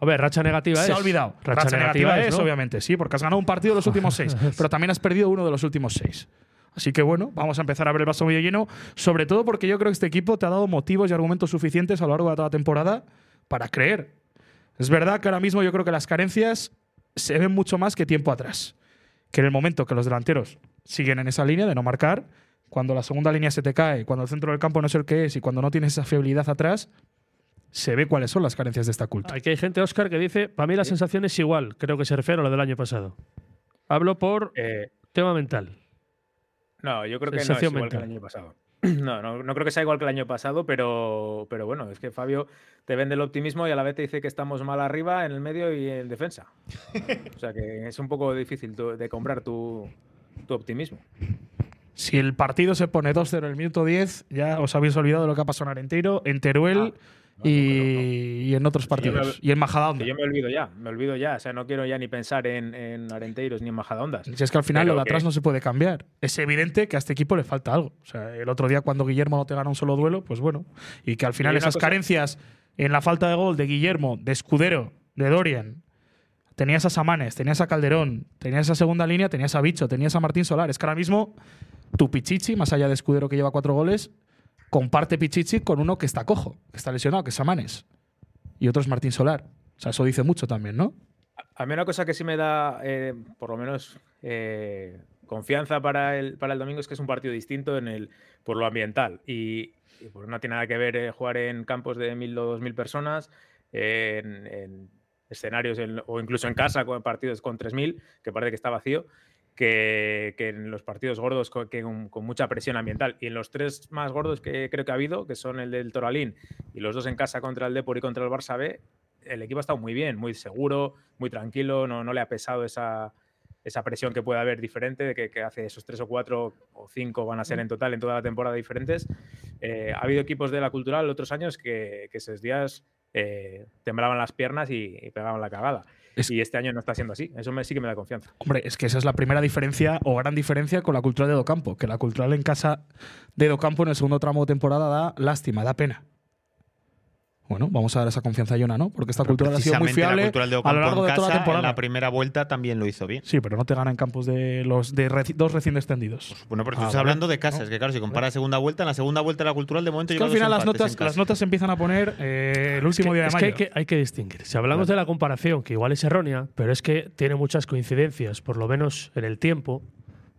S1: A ver, racha negativa
S4: se
S1: es.
S4: ha olvidado.
S1: Racha, negativa, es, ¿no?
S4: obviamente, sí, porque has ganado un partido de los últimos seis, pero también has perdido uno de los últimos seis. Así que bueno, vamos a empezar a ver el vaso medio lleno, sobre todo porque yo creo que este equipo te ha dado motivos y argumentos suficientes a lo largo de toda la temporada para creer. Es verdad que ahora mismo yo creo que las carencias se ven mucho más que tiempo atrás. Que en el momento que los delanteros siguen en esa línea de no marcar, cuando la segunda línea se te cae, cuando el centro del campo no es el que es y cuando no tienes esa fiabilidad atrás, se ve cuáles son las carencias de esta cultura.
S1: Aquí hay gente, Oscar, que dice: Para mí la sensación es igual. Creo que se refiere a lo del año pasado. Hablo por
S3: Eh,
S1: tema mental.
S3: No, yo creo que no es
S1: Sensación
S3: igual que el
S1: mental.
S3: año pasado. No, no, no creo que sea igual que el año pasado, pero, pero bueno, es que Fabio te vende el optimismo y a la vez te dice que estamos mal arriba, en el medio y en defensa. O sea que es un poco difícil tu- de comprar tu, tu optimismo.
S4: Si el partido se pone 2-0 en el minuto 10, ya os habéis olvidado de lo que ha pasado en Arenteiro, en
S3: Ah,
S4: Teruel y, y en otros partidos.
S3: yo
S4: Y en Majadahonda.
S3: Que yo me olvido ya, me olvido ya. O sea, no quiero ya ni pensar en, en Arenteiros ni en Majadahondas.
S4: Si es que al final
S3: Pero
S4: lo de atrás
S3: que-
S4: no se puede cambiar. Es evidente que a este equipo le falta algo. O sea, el otro día cuando Guillermo no te gana un solo duelo, pues bueno. Y que al final
S3: una
S4: esas
S3: cosa-
S4: carencias en la falta de gol de Guillermo, de Escudero, de Dorian, tenías a Samanes, tenías a Calderón, tenías a segunda línea, tenías a Bicho, tenías a Martín Solar. Es que ahora mismo tu Pichichi, más allá de Escudero que lleva cuatro goles, comparte Pichichi con uno que está cojo, que está lesionado, que es Samanes. Y otro es Martín Solar. O sea, eso dice mucho también, ¿no?
S3: A mí una cosa que sí me da, eh, por lo menos, eh, confianza para el, para el domingo es que es un partido distinto en el, por lo ambiental. Y, y, pues no tiene nada que ver eh, jugar en campos de mil o dos mil personas, en, en escenarios en- o incluso en casa con partidos con 3.000, que parece que está vacío, que, que en los partidos gordos co- que con, con mucha presión ambiental. Y en los tres más gordos que creo que ha habido, que son el del Toralín y los dos en casa contra el Depor y contra el Barça B, el equipo ha estado muy bien, muy seguro, muy tranquilo, no, no le ha pesado esa, esa presión que puede haber diferente, de que, que hace esos tres o cuatro o cinco van a ser en total en toda la temporada diferentes. Eh, ha habido equipos de la cultural otros años que, que esos días eh, temblaban las piernas y, y pegaban la cagada.
S4: Es-
S3: Y este año no está siendo así. Eso me, sí que me da confianza.
S4: Hombre, es que esa es la primera diferencia o gran diferencia con la cultural de Docampo, que la cultural en casa de Docampo en el segundo tramo de temporada da lástima, da pena. Bueno, vamos a dar esa confianza a Yona, ¿no? Porque esta cultural ha sido muy
S2: Precisamente la
S4: fiable
S2: cultural de
S4: a
S2: Ocampo
S4: lo largo
S2: en
S4: de toda la
S2: casa, en
S4: temporada.
S2: la primera vuelta también lo hizo bien.
S4: sí, pero no te gana en campos de los de reci- dos recién descendidos.
S2: Bueno, pero tú
S4: Ah,
S2: estás
S4: vale.
S2: hablando de casas,
S4: No.
S2: que claro, si comparas segunda vuelta, en la segunda vuelta de la cultural de momento
S4: Es que
S2: lleva
S4: al
S2: dos
S4: final las
S2: empates en
S4: notas,
S2: casa.
S4: las notas se empiezan a poner eh, el último
S1: que-
S4: día de mayo.
S1: que hay que, hay que distinguir. Si hablamos de la comparación, que igual es errónea, pero es que tiene muchas coincidencias, por lo menos en el tiempo.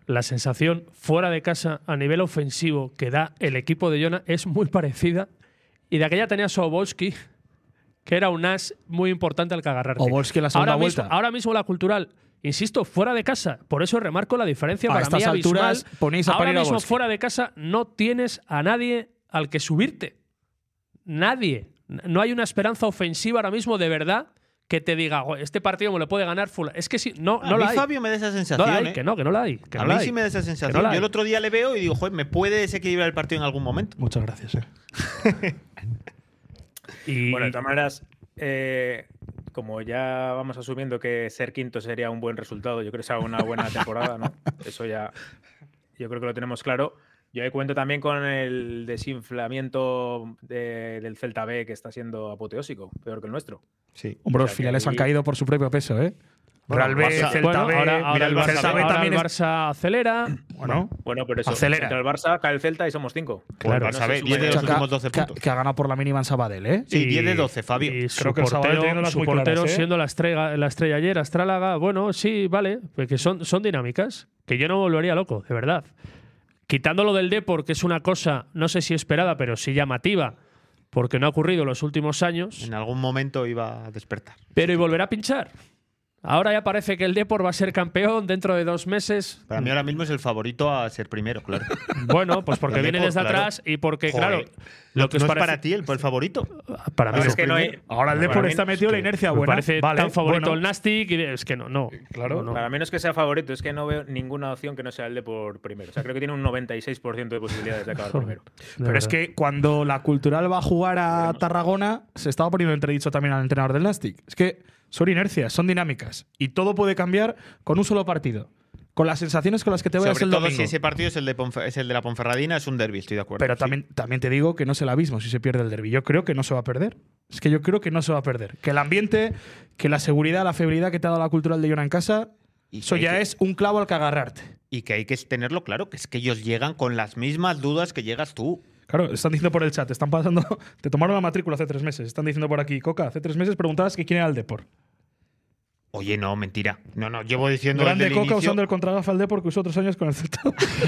S1: La sensación fuera de casa a nivel ofensivo que da el equipo de Jona es muy parecida. Y de aquella tenía Sobolski, que era un as muy importante al que agarrarte.
S4: Obolski en la segunda
S1: ahora
S4: vuelta.
S1: Mismo, ahora mismo la cultural, insisto, fuera de casa. Por eso remarco la diferencia
S4: A
S1: para
S4: estas
S1: mí abismal.
S4: alturas ponéis a
S1: ahora
S4: parir a
S1: mismo
S4: Obolski.
S1: fuera de casa no tienes a nadie al que subirte. Nadie. No hay una esperanza ofensiva ahora mismo de verdad que te diga, "Jo, este partido me lo puede ganar Fula. Es que sí, no,
S2: A
S1: no
S2: mí
S1: la hay.
S2: Fabio me da esa
S1: no
S2: sensación.
S1: la hay,
S2: ¿eh?
S1: que no, que no la hay. que
S2: a
S1: no
S2: mí
S1: la
S2: sí
S1: hay.
S2: me da esa sensación.
S1: la
S2: Yo el
S1: hay.
S2: otro día le veo y digo, joder, me puede desequilibrar el partido en algún momento.
S4: Muchas gracias. eh.
S1: Y-
S3: Bueno, de todas maneras, eh, como ya vamos asumiendo que ser quinto sería un buen resultado, yo creo que será una buena temporada, ¿no? Eso ya, yo creo que lo tenemos claro. Yo ahí cuento también con el desinflamiento de- del Celta B que está siendo apoteósico, peor que el nuestro.
S2: Sí.
S4: Hombre,
S3: O
S4: los
S3: sea que
S4: filiales han
S3: ahí-
S4: caído por su propio peso, ¿eh? Real B,
S3: Barça-
S4: Celta
S1: Bueno,
S4: B,
S1: ahora, ahora
S4: mira,
S1: el
S4: el
S1: Barça,
S4: Celta B
S1: ahora
S4: también
S1: el
S4: es-
S1: Barça acelera.
S4: Bueno,
S3: Bueno, pero eso.
S4: Acelera.
S3: Entra el Barça, cae el Celta y somos cinco.
S4: claro.
S2: Barça B,
S3: se
S2: 10 de los
S4: Chaca,
S2: últimos 12
S4: que,
S2: puntos.
S4: que ha ganado por la mínima en Sabadell, ¿eh?
S2: Sí,
S1: Y-
S2: 10 de 12, Fabio.
S1: Y su
S4: Creo que el Sabadell tiene
S1: portero,
S4: las
S1: su
S4: muy claras,
S1: portero
S4: ¿eh?
S1: siendo la estrella, la estrella ayer, Astrálaga. Bueno, sí, vale. Pues que son, son dinámicas. Que yo no volvería loco, de verdad. Quitando lo del Depor, que es una cosa, no sé si esperada, pero sí llamativa, porque no ha ocurrido en los últimos años.
S2: En algún momento iba a despertar.
S1: Pero y volverá a pinchar. Ahora ya parece que el Depor va a ser campeón dentro de dos meses.
S2: Para mí ahora mismo es el favorito a ser primero, claro.
S1: Bueno, pues porque
S2: El
S1: viene
S2: Depor,
S1: desde
S2: claro.
S1: atrás y porque,
S2: Joder.
S1: claro,
S2: No,
S1: lo que os
S2: no es
S1: parece-
S2: para ti el, el favorito.
S1: Para mí
S3: Pero
S1: no.
S3: es que no hay.
S4: Ahora el Depor
S3: Para mí
S4: está
S3: no-
S4: metido en la inercia
S1: Me
S4: buena.
S1: parece
S4: Vale,
S1: tan favorito
S4: bueno.
S1: el Nastic y es que no, no. Claro, no.
S3: Para mí no es que sea favorito, es que no veo ninguna opción que no sea el de por primero. O sea, creo que tiene un 96% de posibilidades de acabar primero.
S4: Pero
S1: De verdad.
S4: es que cuando la Cultural va a jugar a Tarragona, se estaba poniendo entredicho también al entrenador del Nastic. Es que son inercias, son dinámicas. Y todo puede cambiar con un solo partido. Con las sensaciones con las que te vayas
S2: Sobre
S4: el
S2: todo
S4: domingo.
S2: si ese partido es el, de Ponfe- es el de la Ponferradina, es un derbi, estoy de acuerdo.
S4: Pero
S2: sí.
S4: también, también te digo que no es el abismo si se pierde el derbi. Yo creo que no se va a perder. Es que yo creo que no se va a perder. Que el ambiente, que la seguridad, la fiabilidad que te ha dado la Cultural de Llona en casa,
S2: Y
S4: eso
S2: que hay
S4: ya
S2: que-
S4: es un clavo al que agarrarte.
S2: Y que hay que tenerlo claro, que es que ellos llegan con las mismas dudas que llegas tú.
S4: Claro, están diciendo por el chat, están pasando, te tomaron la matrícula hace tres meses, están diciendo por aquí, Coca, hace tres meses preguntabas que quién era el Depor.
S2: Oye, no, mentira. No, no, llevo diciendo
S4: Grande
S2: desde el
S4: Coca
S2: inicio- Pues
S4: usando el contragafe al Depor que usó otros años con el Celta.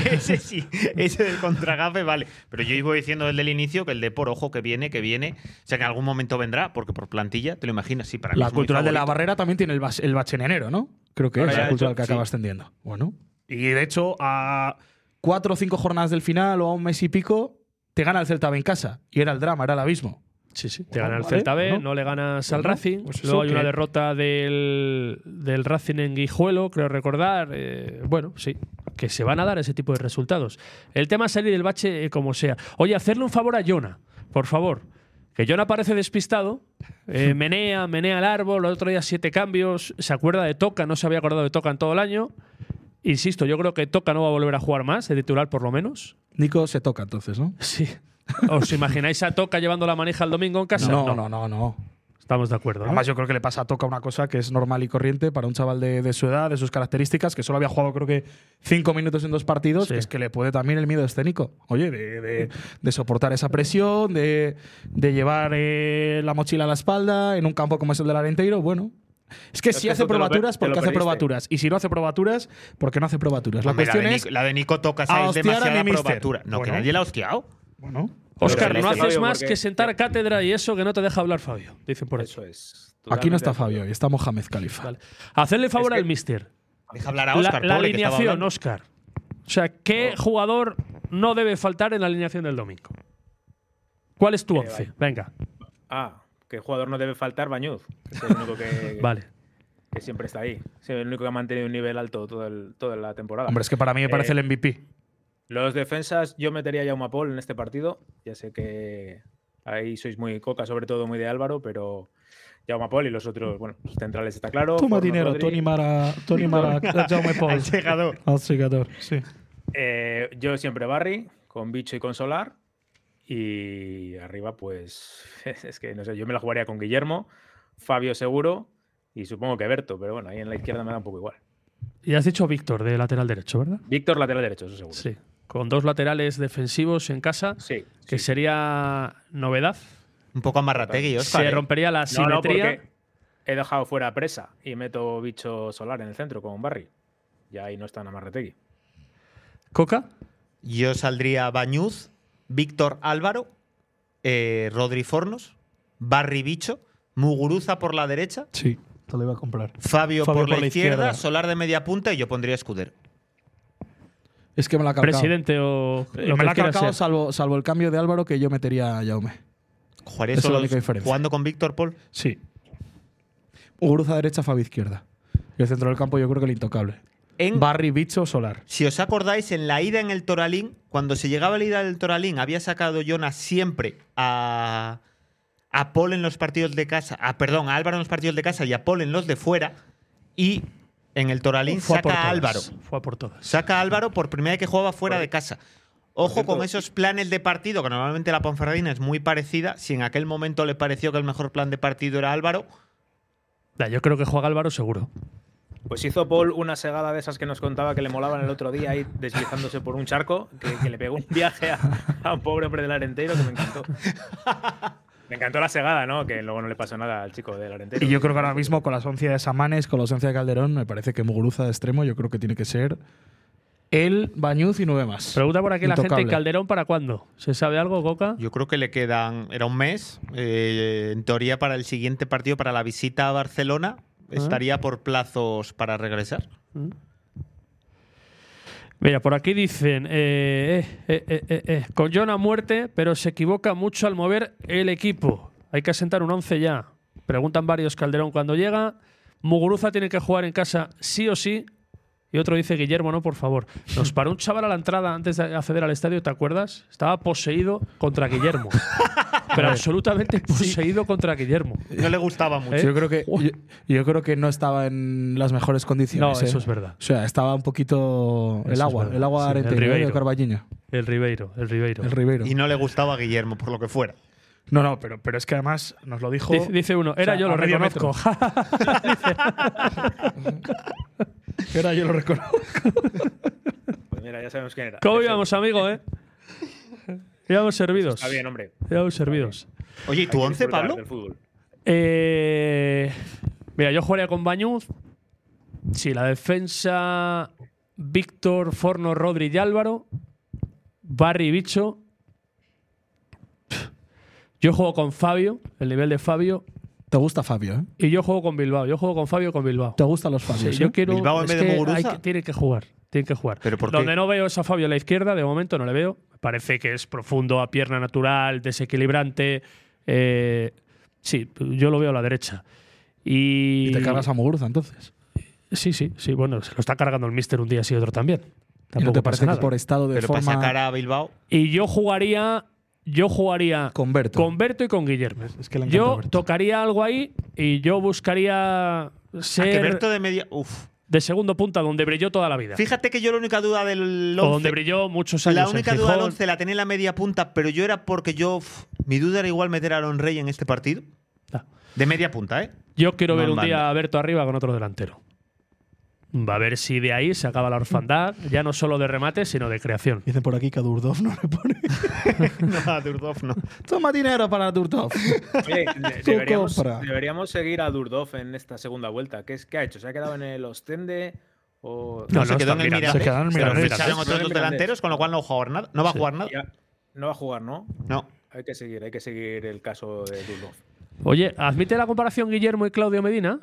S2: ese sí, ese del contragafe, vale. Pero yo iba diciendo desde el inicio que el de por ojo que viene, que viene. O sea, que en algún momento vendrá, porque por plantilla, te lo imaginas, sí, para mí.
S4: la
S2: es muy
S4: cultural de la
S2: favorito.
S4: barrera también tiene el, bas- el bache en enero, ¿no? Creo que
S3: Ahora
S4: es
S3: ya,
S4: la
S3: de
S4: cultural
S3: hecho,
S4: que
S3: sí.
S4: acaba extendiendo. Bueno. Y de hecho, a cuatro o cinco jornadas del final o a un mes y pico, te gana el Celta B en casa. Y era el drama, era el abismo.
S1: Sí, sí. Te
S4: Bueno,
S1: gana el
S4: vale,
S1: Celta B,
S4: bueno.
S1: no le ganas al
S4: Bueno,
S1: Racing.
S4: pues eso
S1: Luego hay una
S4: que-
S1: derrota del, del Racing en Guijuelo, creo recordar. Eh, bueno, sí, que se van a dar ese tipo de resultados. El tema es salir del bache eh, como sea. Oye, hacerle un favor a Jonah, por favor. Que Jonah parece despistado, eh, menea, menea el árbol, el otro día siete cambios, se acuerda de Toca, no se había acordado de Toca en todo el año. Insisto, yo creo que Toca no va a volver a jugar más, de titular por lo menos.
S4: Nico se toca entonces, ¿no?
S1: Sí. ¿Os imagináis a Toca llevando la manija el domingo en casa?
S4: No, no, no, no.
S1: Estamos de acuerdo. ¿no?
S4: Además, yo creo que le pasa a Toca una cosa que es normal y corriente para un chaval de, de su edad, de sus características, que solo había jugado creo que cinco minutos en dos partidos,
S1: Sí.
S4: que es que le puede también el miedo escénico. Oye, de, de- de soportar esa presión, de, de llevar eh, la mochila a la espalda en un campo como es el del Arenteiro, bueno. Es que
S3: Es
S4: si
S3: que
S4: hace
S3: eso te lo pe-
S4: probaturas,
S3: te
S4: porque
S3: lo
S4: hace
S3: perdiste.
S4: probaturas. Y si no hace probaturas, porque no hace probaturas. La
S2: Hombre,
S4: cuestión
S2: de
S4: es.
S2: Nico, la de Nico Tocas
S4: a
S2: es
S4: hostiar a mi
S2: demasiada
S4: mister.
S2: probatura. No,
S4: Bueno.
S2: que nadie la ha hostiado.
S4: Bueno,
S1: Oscar,
S3: Pero
S1: no
S3: este
S1: haces
S3: Fabio,
S1: más
S3: porque-
S1: que sentar cátedra y eso que no te deja hablar Fabio. Dicen por eso.
S3: Eso es.
S4: aquí
S3: Totalmente de
S4: no está
S3: acuerdo.
S4: Fabio, hoy está Mohamed Khalifa.
S1: Vale. Hacerle favor
S3: Es que-
S1: al mister.
S2: Deja hablar a
S1: La,
S2: Oscar,
S1: la
S2: pobre, que estaba
S1: alineación,
S2: hablando.
S1: Oscar. O sea, ¿qué jugador no debe faltar en la alineación del domingo? ¿Cuál es tu once? Venga,
S3: Ah, que jugador no debe faltar, Bañuz. que Es el único que,
S1: vale.
S3: que siempre está ahí. Es el único que ha mantenido un nivel alto todo el- toda la temporada.
S4: Hombre, es que para mí me parece
S3: Eh,
S4: el MVP.
S3: Los defensas, yo metería a Jaume Paul en este partido. Ya sé que ahí sois muy coca, sobre todo muy de Álvaro, pero Jaume Paul y los otros, bueno, los centrales está claro.
S4: Toma
S3: Forno,
S4: dinero,
S3: Rodri.
S4: Tony Mara, Tony Mara, Jaume Paul.
S2: Al llegador.
S4: Al llegador, sí.
S3: Eh, yo siempre Barry, con Bicho y con Solar. Y arriba, pues, es que no sé, yo me la jugaría con Guillermo, Fabio seguro y supongo que Berto, pero bueno, ahí en la izquierda me da un poco igual.
S1: Y has dicho Víctor de lateral derecho, ¿verdad?
S3: Víctor, lateral derecho, eso seguro. Sí.
S1: Sí. Con dos laterales defensivos en casa, que
S3: sí.
S1: sería novedad.
S2: Un poco amarrategui, Oscar.
S1: Se
S2: ¿eh?
S1: rompería la
S3: No, no,
S1: simetría.
S3: porque he dejado fuera a presa y meto bicho solar en el centro con Barry. Y ahí no está Namarretegui.
S1: Coca.
S2: Yo saldría Bañuz, Víctor Álvaro, eh, Rodri Fornos, Barry Bicho, Muguruza por la derecha,
S4: Sí, te lo iba a comprar.
S2: Fabio, por, la, izquierda,
S4: izquierda.
S2: Solar de media punta y yo pondría Escudero.
S4: Es que me la ha calcado.
S1: presidente o
S4: Eh,
S1: lo
S4: me
S1: que
S4: la ha
S1: quiera
S4: calcado,
S1: ser.
S4: salvo, salvo el cambio de Álvaro, que yo metería a Jaume.
S2: Jugaré
S4: Esa es la
S2: solo
S4: única diferencia.
S2: jugando con Víctor Paul.
S4: Sí. Uguruza derecha, Fabio izquierda. Y el centro del campo yo creo que el intocable.
S2: En-
S4: Barry, Bicho, Solar.
S2: si os acordáis, en la ida en el Toralín, cuando se llegaba a la ida del Toralín, había sacado Jonas siempre a, a Paul en los partidos de casa, a, perdón, a Álvaro en los partidos de casa y a Paul en los de fuera. Y en el Toralín
S1: Fue a por
S2: saca a
S1: todas.
S2: Álvaro.
S1: Fue a por todas.
S2: Saca a Álvaro por primera vez que jugaba fuera de casa. Ojo
S3: cierto-
S2: con esos planes de partido, que normalmente la Ponferradina es muy parecida. Si en aquel momento le pareció que el mejor plan de partido era Álvaro,
S1: Ya, Yo creo que juega Álvaro seguro.
S3: Pues hizo Paul una segada de esas que nos contaba que le molaban el otro día ahí deslizándose por un charco, que, que le pegó un viaje a, a un pobre hombre del Arentero que me encantó. Me encantó la segada, ¿no? Que luego no le pasó nada al chico del Arentero.
S4: Y yo creo que ahora mismo con la ausencia de Samanes, con la ausencia de Calderón, me parece que Muguruza de extremo yo creo que tiene que ser él, Bañuz y nueve más.
S1: Pregunta por aquí la gente:
S4: Intocable.
S1: ¿Calderón para cuándo? ¿Se sabe algo, Coca?
S2: Yo creo que le quedan, era un mes, eh, en teoría para el siguiente partido, para la visita a Barcelona, estaría por plazos para regresar.
S1: Mira, por aquí dicen, eh, eh, eh, eh, eh, con John a muerte, pero se equivoca mucho al mover el equipo. Hay que asentar un 11 ya. Preguntan varios Calderón cuando llega. Muguruza tiene que jugar en casa sí o sí. Y otro dice, Guillermo, no, por favor. Nos paró un chaval a la entrada antes de acceder al estadio, ¿te acuerdas? Estaba poseído contra Guillermo. pero absolutamente poseído contra Guillermo.
S2: No le gustaba
S1: ¿eh?
S2: mucho.
S4: Yo creo, que, yo, yo creo que no estaba en las mejores
S1: No,
S4: condiciones.
S1: eso
S4: ¿eh?
S1: es verdad.
S4: O sea, estaba un poquito
S1: Eso es
S4: el agua,
S1: verdad.
S4: el agua
S1: Sí, el
S4: arentero,
S1: Ribeiro.
S4: el Carballiño,
S1: El Ribeiro, el Ribeiro.
S4: el Ribeiro.
S2: Y no le gustaba a Guillermo, por lo que fuera.
S4: No, no, pero, pero es que además nos lo dijo.
S1: Dice, dice uno, era
S4: O sea,
S1: yo,
S4: a
S1: lo
S4: medio
S1: reconozco.
S4: Ahora yo lo reconozco.
S3: Pues mira, ya sabemos quién era.
S1: ¿Cómo
S3: Ese-
S1: íbamos, amigo, eh? Íbamos servidos.
S3: Está bien, hombre.
S1: Íbamos servidos.
S2: Oye, ¿y tu
S3: Hay que
S2: once,
S3: disfrutar
S2: Pablo?
S3: del fútbol.
S1: Eh, mira, yo jugaría con Bañuz. Sí, la defensa. Víctor, Forno, Rodri y Álvaro. Barry y Bicho. Yo juego con Fabio, el nivel de Fabio.
S4: Te gusta Fabio, ¿eh?
S1: Y yo juego con Bilbao. Yo juego con Fabio con Bilbao.
S4: Te gustan los Fabios.
S1: Sí,
S4: ¿eh?
S1: yo quiero.
S2: Bilbao en
S1: es
S2: vez de
S1: que
S2: Muguruza.
S1: hay que- tiene que jugar. Tiene que jugar.
S2: ¿Pero por qué?
S1: Donde no veo es a Fabio a la izquierda, de momento no le veo. Me parece que es profundo, a pierna natural, desequilibrante. Eh, sí, yo lo veo a la derecha. Y,
S4: Y te cargas a Muguruza entonces.
S1: Sí, sí, sí. Bueno, se lo está cargando el Mister un día sí otro también.
S4: ¿Y
S1: Tampoco
S4: no te
S1: pasa
S4: parece que
S1: nada.
S4: por estado de
S2: Pero para
S4: forma
S2: sacar a Bilbao.
S1: Y yo jugaría. Yo jugaría
S4: con Berto?
S1: con Berto y con Guillermo.
S4: Es que le encanta
S1: yo
S4: Berto.
S1: tocaría algo ahí y yo buscaría
S2: A que
S1: ser
S2: Berto de media. Uf.
S1: de segundo punta donde brilló toda la vida.
S2: Fíjate que yo la única duda del
S1: O donde
S2: once-
S1: brilló muchos años.
S2: La
S1: en
S2: única duda del
S1: Gijón.
S2: 11 la tenía en la media punta, pero yo era porque yo. uf, mi duda era igual meter a Aaron Rey en este partido.
S1: Ah.
S2: De media punta, ¿eh?
S1: Yo quiero
S2: No
S1: ver
S2: en
S1: un día
S2: banda.
S1: a Berto arriba con otro delantero. Va a ver si de ahí se acaba la orfandad, ya no solo de remate, sino de creación.
S4: Dicen por aquí que a Durdov no le pone.
S2: no, a Durdov no.
S4: Toma dinero para Durdov.
S3: Oye, le-
S4: Tú
S3: deberíamos,
S4: compra.
S3: deberíamos seguir a Durdov en esta segunda vuelta. ¿Qué, es, ¿Qué ha hecho? ¿Se ha quedado en el Ostende? O...
S1: No,
S2: se
S1: no,
S2: quedó
S1: está
S2: en el
S1: mirando.
S2: Mirandés.
S4: Se quedó en el
S2: Pero
S4: Mirandés.
S2: ficharon
S3: Se
S2: otros
S3: quedó en
S2: dos
S3: el Mirandés.
S2: delanteros, con lo cual no va a jugar nada. No va a jugar nada.
S3: Ya- no va a jugar, ¿no?
S2: No.
S3: Hay que seguir, hay que seguir el caso de Durdov.
S1: Oye, ¿admite la comparación Guillermo y Claudio Medina?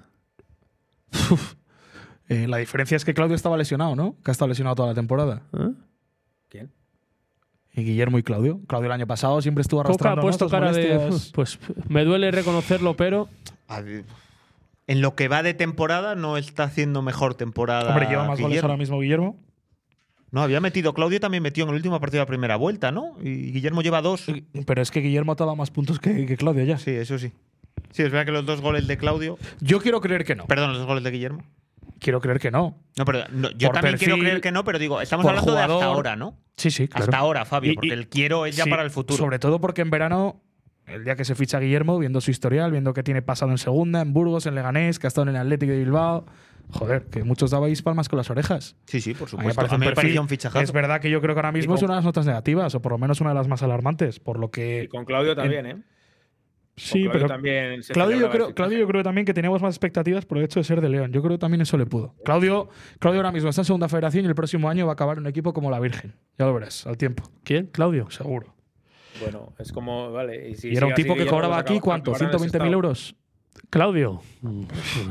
S4: Eh, la diferencia es que Claudio estaba lesionado, ¿no? Que ha estado lesionado toda la temporada.
S1: ¿Eh?
S3: ¿Quién?
S4: Y Guillermo y Claudio. Claudio el año pasado siempre estuvo
S1: Coca
S4: arrastrando
S1: ha puesto
S4: ¿no? Estas
S1: cara de.
S4: molestias.
S1: Pues me duele reconocerlo, pero.
S2: A ver, En lo que va de temporada, no está haciendo mejor temporada.
S4: Hombre, lleva
S1: Ah,
S4: más goles
S2: Guillermo.
S4: ahora mismo Guillermo.
S2: No, había metido. Claudio también metió en el último partido de la primera vuelta, ¿no? Y Guillermo lleva dos. Sí,
S4: Pero es que Guillermo ha dado más puntos que, que Claudio ya.
S2: eso sí. Sí, es verdad que los dos goles de Claudio.
S4: Yo quiero creer que no.
S2: Perdón, los dos goles de Guillermo.
S4: Quiero creer que no.
S2: No, pero no, yo
S4: Por
S2: también quiero
S4: perfil,
S2: creer que no, pero digo, estamos
S4: por
S2: hablando de
S4: jugador.
S2: hasta ahora, ¿no?
S1: Sí, sí, claro.
S2: Hasta ahora,
S4: Y-
S2: Fabio,
S4: y-
S2: porque el quiero es ya
S4: Sí,
S2: para el futuro.
S4: Sobre todo porque en verano, el día que se ficha Guillermo, viendo su historial, viendo que tiene pasado en segunda, en Burgos, en Leganés, que ha estado en el Atlético de Bilbao. Joder, que muchos dabais palmas con las orejas.
S2: sí, sí, por
S4: A mí me
S2: supuesto.
S4: parece
S2: A mí me
S4: perfil.
S2: parecía un fichajazo.
S4: Es verdad que yo creo que ahora
S3: Y
S4: mismo es
S3: con-
S4: una de las notas negativas, o por lo menos una de las más alarmantes, por lo que.
S3: Y con Claudio también, ¿eh? Con
S4: Sí,
S3: Claudio
S4: pero.
S3: también se
S4: Claudio yo,
S3: celebraba
S4: creo,
S3: el
S4: Claudio yo creo también que teníamos más expectativas por el hecho de ser de León. Yo creo que también eso le pudo. Claudio, Claudio ahora mismo está en segunda federación y el próximo año va a acabar en un equipo como la Virgen. Ya lo verás, al tiempo.
S1: ¿Quién? Claudio.
S4: Seguro.
S3: fichaje. Bueno, es como, vale. Y, si
S4: y era
S3: sigue
S4: un
S3: así,
S4: tipo que
S3: ya
S4: cobraba
S3: vamos a
S4: aquí,
S3: acabar-
S4: ¿cuánto?
S3: acabar en ese
S4: ¿120.000
S3: estado.
S4: euros?
S1: Claudio.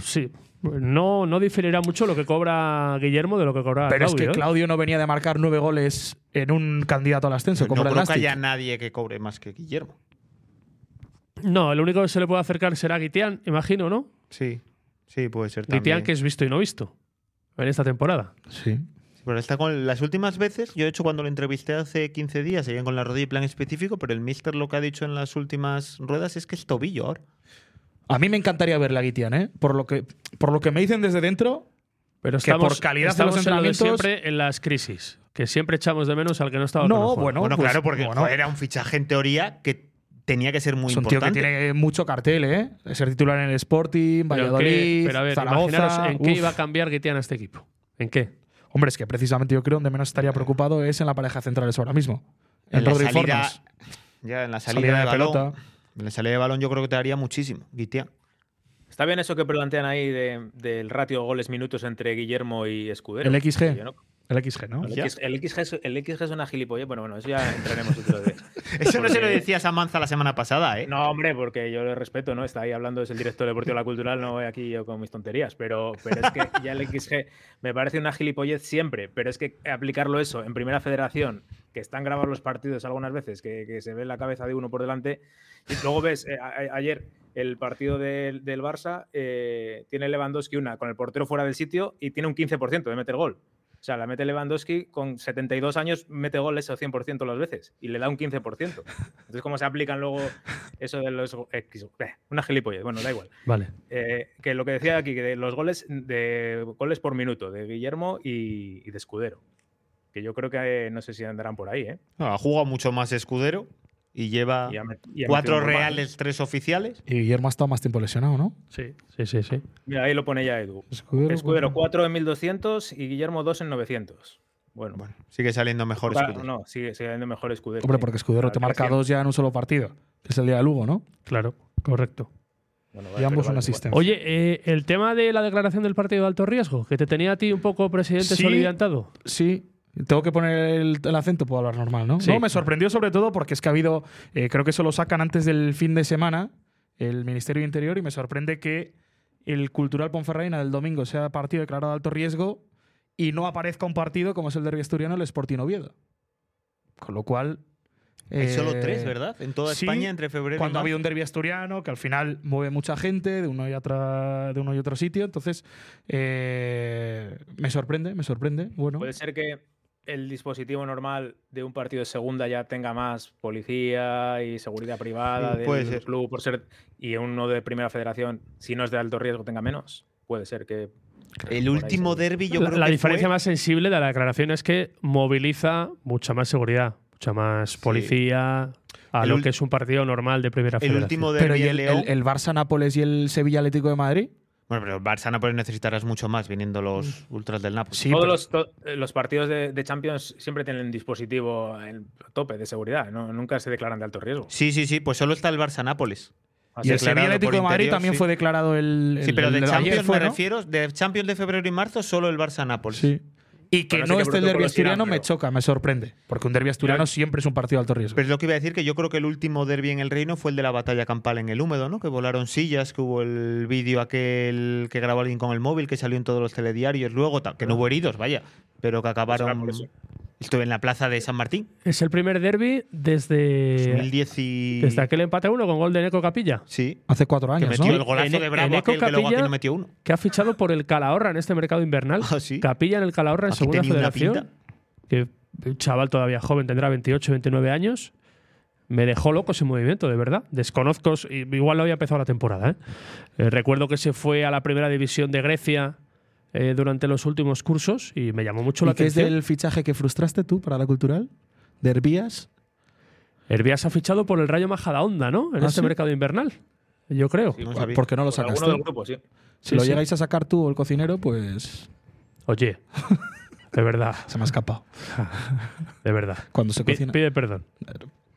S1: Sí. No, no diferirá mucho lo que cobra Guillermo de lo que cobra
S4: Pero es
S1: Claudio.
S4: que
S1: ¿eh?
S4: Claudio no venía de marcar nueve goles en un candidato al ascenso.
S2: no
S4: como era
S2: creo que
S4: Nastic.
S2: haya nadie que cobre más que Guillermo.
S1: No, el único que se le puede acercar será Guitián, imagino, ¿no?
S2: Sí, sí, puede ser
S1: Guitián, que es visto y no visto en esta temporada.
S4: Sí.
S2: Pero está con las últimas veces, yo de hecho cuando lo entrevisté hace 15 días, seguían con la rodilla y plan específico, pero el mister lo que ha dicho en las últimas ruedas es que es tobillo ahora.
S4: A mí me encantaría ver la Guitian, ¿eh? Por lo, que, por lo que me dicen desde dentro,
S1: Pero
S4: Que
S1: estamos,
S4: por calidad de
S1: estamos
S4: los
S1: en lo de
S4: entrenamientos-
S1: siempre en las crisis, que siempre echamos de menos al que no estaba.
S4: No,
S1: con el juego.
S4: bueno,
S2: bueno,
S4: pues,
S2: claro, porque
S4: bueno.
S2: joder, era un fichaje en teoría que tenía que ser muy
S4: es un tío que
S2: importante.
S4: tiene mucho cartel, ¿eh? De ser titular en el
S1: Pero
S4: Sporting,
S1: en qué-
S4: Valladolid,
S1: pero a ver,
S4: Zaragoza.
S1: imaginaros en qué
S4: Uf.
S1: iba a cambiar Guitián a este equipo. ¿En qué?
S4: Hombre, es que precisamente yo creo donde menos estaría preocupado es en la pareja centrales ahora mismo. En,
S2: En la
S4: Rodri
S2: salida,
S4: Formas.
S2: ya, en la salida,
S4: Salida de
S2: de, balón.
S4: pelota.
S2: En la salida de balón yo creo que te daría muchísimo, Guitián.
S3: Está bien eso que plantean ahí de- del ratio goles-minutos entre Guillermo y Escudero.
S4: El XG.
S3: Yo no-
S4: El XG, ¿no?
S3: el, X- el XG es, el XG es una gilipollez. Bueno, bueno, eso ya entraremos otro día.
S2: Eso no se lo
S3: Porque-
S2: decías a Manza la semana pasada, ¿eh?
S3: No, hombre, porque yo le respeto, ¿no? Está ahí hablando, es el director deportivo de la cultural, no voy aquí yo con mis tonterías, pero, pero es que ya el XG me parece una gilipollez siempre, pero es que aplicarlo eso en Primera Federación, que están grabados los partidos algunas veces, que, que se ve la cabeza de uno por delante, y luego ves, eh, a- a- ayer el partido del, del Barça eh, tiene Lewandowski una con el portero fuera del sitio y tiene un 15% de meter gol. O sea, la mete Lewandowski con 72 años, mete gol eso 100% las veces y le da un 15%. Entonces, ¿cómo se aplican luego eso de los go- eh, X? Beh, Una gilipollez, bueno, da igual.
S1: Vale.
S3: Eh, que lo que decía aquí, que de los goles, de goles por minuto, de Guillermo y, y de Escudero. Que yo creo que eh, no sé si andarán por ahí, ¿eh?
S2: No, ha jugado mucho más escudero y lleva
S3: Y ha met- y ha metido
S2: Ah, cuatro
S3: un gol más.
S2: reales, tres oficiales.
S4: Y Guillermo ha estado más tiempo lesionado, ¿no?
S1: Sí, sí, sí. sí.
S3: Mira, ahí lo pone ya Edu.
S4: Escudero.
S3: Escudero 4 en 1200 y Guillermo 2 en 900. Bueno,
S2: Bueno, sigue saliendo mejor
S3: claro,
S2: escudero.
S3: no, sigue siendo mejor Escudero.
S4: Hombre,
S3: sí.
S4: porque Escudero
S3: Claro,
S4: te marca
S3: 300.
S4: dos ya en un solo partido. Que es el día de Lugo, ¿no?
S1: Claro, correcto.
S3: Bueno,
S4: y
S3: vale,
S4: ambos
S3: pero vale,
S4: una asistencia.
S1: Oye, eh, el tema de la declaración del partido de alto riesgo, que te tenía a ti un poco presidente
S4: Sí.
S1: soliviantado.
S4: Sí. Tengo que poner el, el acento, puedo hablar normal, ¿no?
S1: Sí.
S4: No, me sorprendió sobre todo porque es que ha habido, eh, creo que eso lo sacan antes del fin de semana, el Ministerio de Interior, y me sorprende que el Cultural Ponferradina del domingo sea partido declarado de alto riesgo y no aparezca un partido como es el derbi asturiano, el Sporting Oviedo. Con lo cual...
S2: Hay solo
S4: eh,
S2: tres, ¿verdad? En toda
S4: sí,
S2: España entre febrero y
S4: cuando ha
S2: marzo.
S4: habido un derbi asturiano que al final mueve mucha gente de uno y, otra, de uno y otro sitio. Entonces, eh, me sorprende, me sorprende. Bueno,
S3: Puede ser que el dispositivo normal de un partido de segunda ya tenga más policía y seguridad privada
S2: Mm,
S3: del
S2: puede ser.
S3: club por ser y uno de primera federación si no es de alto riesgo tenga menos. Puede ser que
S2: El
S3: por ahí
S2: último
S3: seguro.
S2: derby yo
S1: la
S2: creo
S1: la
S2: que
S1: diferencia
S2: fue-
S1: más sensible de la declaración es que moviliza mucha más seguridad, mucha más policía a
S2: El
S1: lo
S2: ul-
S1: que es un partido normal de primera
S2: el
S1: federación.
S2: último
S4: Pero
S2: derby
S4: ¿y
S2: de
S4: el,
S2: León.
S4: el- el Barça Nápoles y el Sevilla Atlético de Madrid?
S2: Bueno, pero el Barça Nápoles necesitarás mucho más viniendo los ultras del Nápoles.
S4: Sí,
S3: todos
S4: pero-
S3: los, to- eh, los partidos de, de Champions siempre tienen un dispositivo en tope de seguridad, no- nunca se declaran de alto riesgo.
S2: Sí, sí, sí, pues solo está el Barça Nápoles.
S3: Así
S4: Y el
S3: que-
S2: declarado
S4: Sevilla Atlético
S2: por
S4: de Madrid
S2: interior,
S4: también
S2: sí.
S4: fue declarado el.
S2: Sí,
S4: el-
S2: pero
S4: el
S2: de
S4: ayer
S2: Champions
S4: fue,
S2: me
S4: ¿no?
S2: refiero, de Champions de febrero y marzo solo el Barça Nápoles.
S4: Sí. Y que
S3: Bueno, sí
S4: no
S3: que
S4: esté el
S3: protocolo
S4: derbi
S3: sí
S4: asturiano
S3: dan,
S4: me
S3: pero-
S4: choca, me sorprende. Porque un derbi asturiano siempre es un partido de alto riesgo.
S2: Pero es lo que iba a decir, que yo creo que el último derby en el reino fue el de la batalla campal en el húmedo, ¿no? Que volaron sillas, que hubo el vídeo aquel que grabó alguien con el móvil, que salió en todos los telediarios, luego, tal, que no hubo heridos, vaya, pero que acabaron...
S3: Pues será
S2: Estuve en la plaza de San Martín,
S1: Es el primer derby desde,
S2: 2010 y...
S1: desde aquel empate a uno con gol de Neco Capilla,
S2: Sí,
S4: Hace cuatro
S2: que
S4: años,
S2: metió
S4: ¿no?
S2: el golazo
S1: En-
S2: de
S1: en
S2: Bravo
S1: Eco
S2: aquel, que luego aquí
S1: Capilla-
S2: no metió uno.
S1: que ha fichado por el Calahorra en este mercado invernal.
S2: Ah, sí.
S1: Capilla en el Calahorra en
S2: Aquí
S1: segunda
S2: tenía una
S1: federación.
S2: pinta.
S1: Que un chaval todavía joven, tendrá 28, 29 años. Me dejó loco ese movimiento, de verdad. Desconozco, s- i- igual no había empezado la temporada. ¿eh? Eh, recuerdo que se fue a la primera división de Grecia eh, durante los últimos cursos y me llamó mucho la
S4: ¿Y qué es
S1: atención.
S4: del fichaje que frustraste tú para la cultural? ¿Derbías?
S1: Hervías ha fichado por el Rayo Majadahonda, ¿no? En
S4: ¿Ah,
S1: este
S4: sí?
S1: mercado invernal, yo creo.
S2: No sabía.
S4: ¿Por qué no lo
S3: por Pues alguno
S4: sacaste?
S3: del grupo, sí.
S4: Si
S1: Sí,
S4: lo
S1: sí.
S4: llegáis a sacar tú o el cocinero, pues
S1: Oye, de verdad,
S4: se me ha escapado.
S1: de verdad.
S4: Cuando se
S1: Pi-
S4: cocina.
S1: Pide perdón.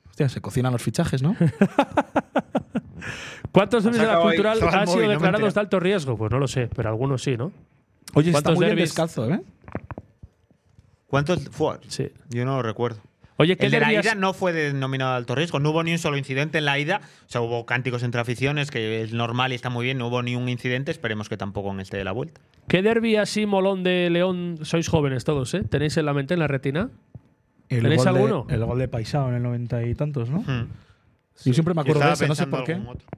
S4: Hostia, se cocinan los fichajes, ¿no?
S1: ¿Cuántos derbis de la
S3: acabado ahí.
S1: cultural
S2: Estaba al
S1: han sido
S2: móvil, no me he
S1: declarados
S2: enterado.
S1: de alto riesgo? Pues no lo sé, pero algunos sí, ¿no?
S4: Oye, está
S1: ¿Cuántos
S4: muy bien
S1: derbis?
S4: descalzo, ¿eh?
S2: ¿Cuántos? Fue?
S1: Sí.
S2: Yo no lo recuerdo.
S1: Oye, ¿qué
S2: El de la
S1: derbi has-
S2: ida no fue denominado de alto riesgo, no hubo ni un solo incidente en la ida, o sea, hubo cánticos entre aficiones, que es normal y está muy bien, no hubo ni un incidente, esperemos que tampoco en este de la vuelta.
S1: ¿Qué derby así molón de León sois jóvenes todos, eh? ¿Tenéis en la mente, en la retina?
S4: El
S1: ¿Tenéis
S4: gol de-
S1: alguno?
S4: el gol de Paisao en el noventa y tantos, ¿no?
S2: Hmm.
S4: Yo siempre me
S2: Yo
S4: acuerdo
S2: estaba
S4: de ese, no sé
S2: pensando
S4: por qué.
S2: algún otro.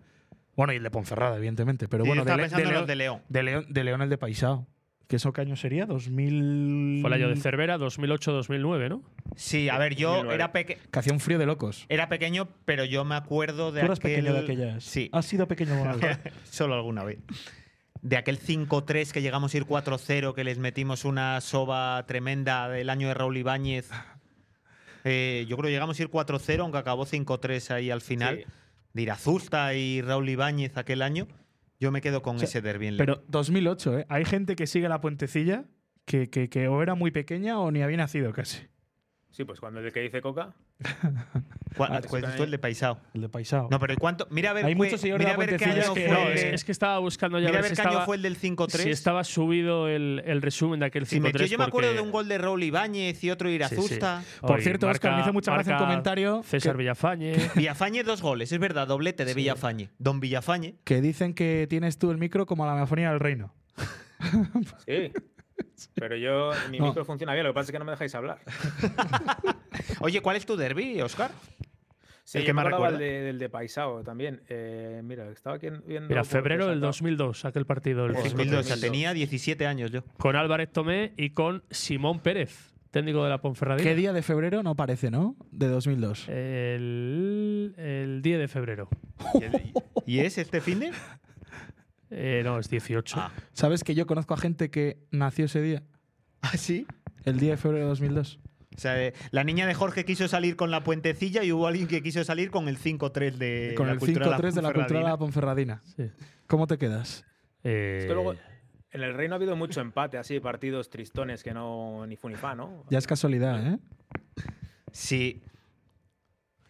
S4: Bueno, y el de Ponferrada, evidentemente. Pero
S2: Sí,
S4: bueno,
S2: yo estaba
S4: Le-
S2: pensando en los de León.
S4: De León, de León el de Paisao. ¿Que eso qué año sería? 2000.
S1: Fue el año de Cervera, 2008-2009, ¿no?
S2: Sí, a ver, yo
S3: 2009.
S2: era, peque-
S4: Que hacía un frío de locos.
S2: era pequeño, pero yo me acuerdo de
S4: Tú eras
S2: aquel...
S4: pequeño de aquellas. Ah,
S2: Sí,
S4: Has sido pequeño con algo.
S2: solo alguna vez. De aquel 5-3 que llegamos a ir 4-0, que les metimos una soba tremenda del año de Raúl Ibáñez. Eh, yo creo que llegamos a ir 4-0, aunque acabó 5-3 ahí al final.
S3: Sí.
S2: de Irazusta y Raúl Ibáñez aquel año, yo me quedo con
S4: sea,
S2: ese derbi en
S4: Pero 2008, ¿eh? Hay gente que sigue la puentecilla que, que- que o era muy pequeña o ni había nacido casi.
S3: Sí, pues cuando el que dice coca.
S2: ¿Cuál,
S3: ah,
S2: cuál
S3: eso
S2: pues, es
S3: también.
S2: el de Paisao?
S4: El de Paisao.
S2: No, pero ¿y ¿cuánto? Mira a ver,
S4: Hay
S2: fue-
S4: muchos señores
S2: mira
S4: de
S2: a
S4: la
S2: ver qué
S4: Puentecilla
S2: año
S4: que
S2: fue,
S4: no,
S1: No, es,
S2: el-
S1: es que estaba buscando ya
S2: Eh, mira a
S1: ver
S2: ver
S1: si
S2: qué año
S1: estaba-
S2: fue el del 5-3.
S1: Si estaba subido el, el resumen de aquel 5-3.
S2: Sí, metió- yo me acuerdo
S1: porque-
S2: de un gol de Raúl Ibáñez y otro de
S1: Sí, sí.
S2: Irazusta.
S4: Por
S1: Oye,
S4: cierto, Oscar, me hizo mucha gracia un
S1: marca
S4: comentario
S1: César
S4: que-
S1: Villafañe.
S2: Villafañe dos goles, es verdad, doblete de Villafañe. Don Villafañe.
S4: Que dicen que tienes tú el micro como la megafonía del reino.
S3: Sí. Pero yo, mi
S4: No.
S3: micro funciona bien, lo que pasa es que no me dejáis hablar.
S2: Oye, ¿cuál es tu derby, Oscar?
S3: Sí,
S2: El que
S3: yo me
S2: más
S3: acordaba
S2: recuerda.
S3: el de- del de Paisao también. Eh, mira, estaba aquí viendo.
S1: Mira,
S2: pues
S1: febrero del
S3: del
S1: 2002, aquel partido. del
S2: El
S1: 5-3.
S2: 2002, o sea, tenía 17 años yo.
S1: Con Álvarez Tomé y con Simón Pérez, técnico de la
S4: ¿Qué
S1: Ponferradina.
S4: día de febrero no parece, no? De 2002.
S1: Eh. El, el 10 de febrero.
S2: ¿Y es este fin de?
S1: Eh, no, es 18.
S2: Ah.
S4: ¿Sabes que yo conozco a gente que nació ese día?
S2: ¿Ah, sí?
S4: El día de febrero de 2002.
S2: O sea, eh, la niña de Jorge quiso salir con la puentecilla y hubo alguien que quiso salir con el 5-3 de
S4: con
S2: Eh, la
S4: el
S2: cultura
S4: 5-3 de la cultura de la
S2: Ponferradina.
S4: Ponferradina.
S1: Sí.
S4: ¿Cómo te quedas?
S1: Eh,
S3: Es que luego, en el Reino ha habido mucho empate, así, partidos tristones que no. ni fu ni fa, ¿no?
S4: Ya es casualidad, ¿eh?
S2: Sí.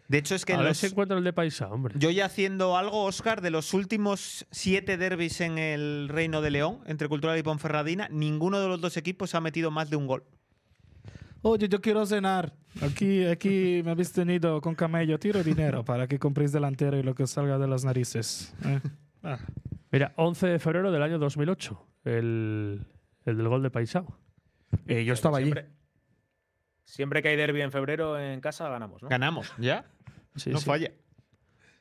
S2: De hecho, es que
S1: a ver
S2: los-
S1: si encuentro el de Paisa, hombre.
S2: yo ya haciendo algo, Oscar, de los últimos siete derbis en el Reino de León, entre Cultural y Ponferradina, ninguno de los dos equipos ha metido más de un gol.
S4: Oye, yo quiero cenar. Aquí, aquí me habéis tenido con camello. Tiro dinero para que compréis delantero y lo que os salga de las narices. ¿eh? Ah.
S1: Mira, 11 de febrero del año 2008, el, el del gol de Paisao.
S4: Eh, yo estaba allí.
S3: Siempre, siempre que hay derby en febrero en casa, ganamos, ¿no?
S2: Ganamos, ¿ya?
S1: Sí,
S2: no
S1: sí.
S2: falla.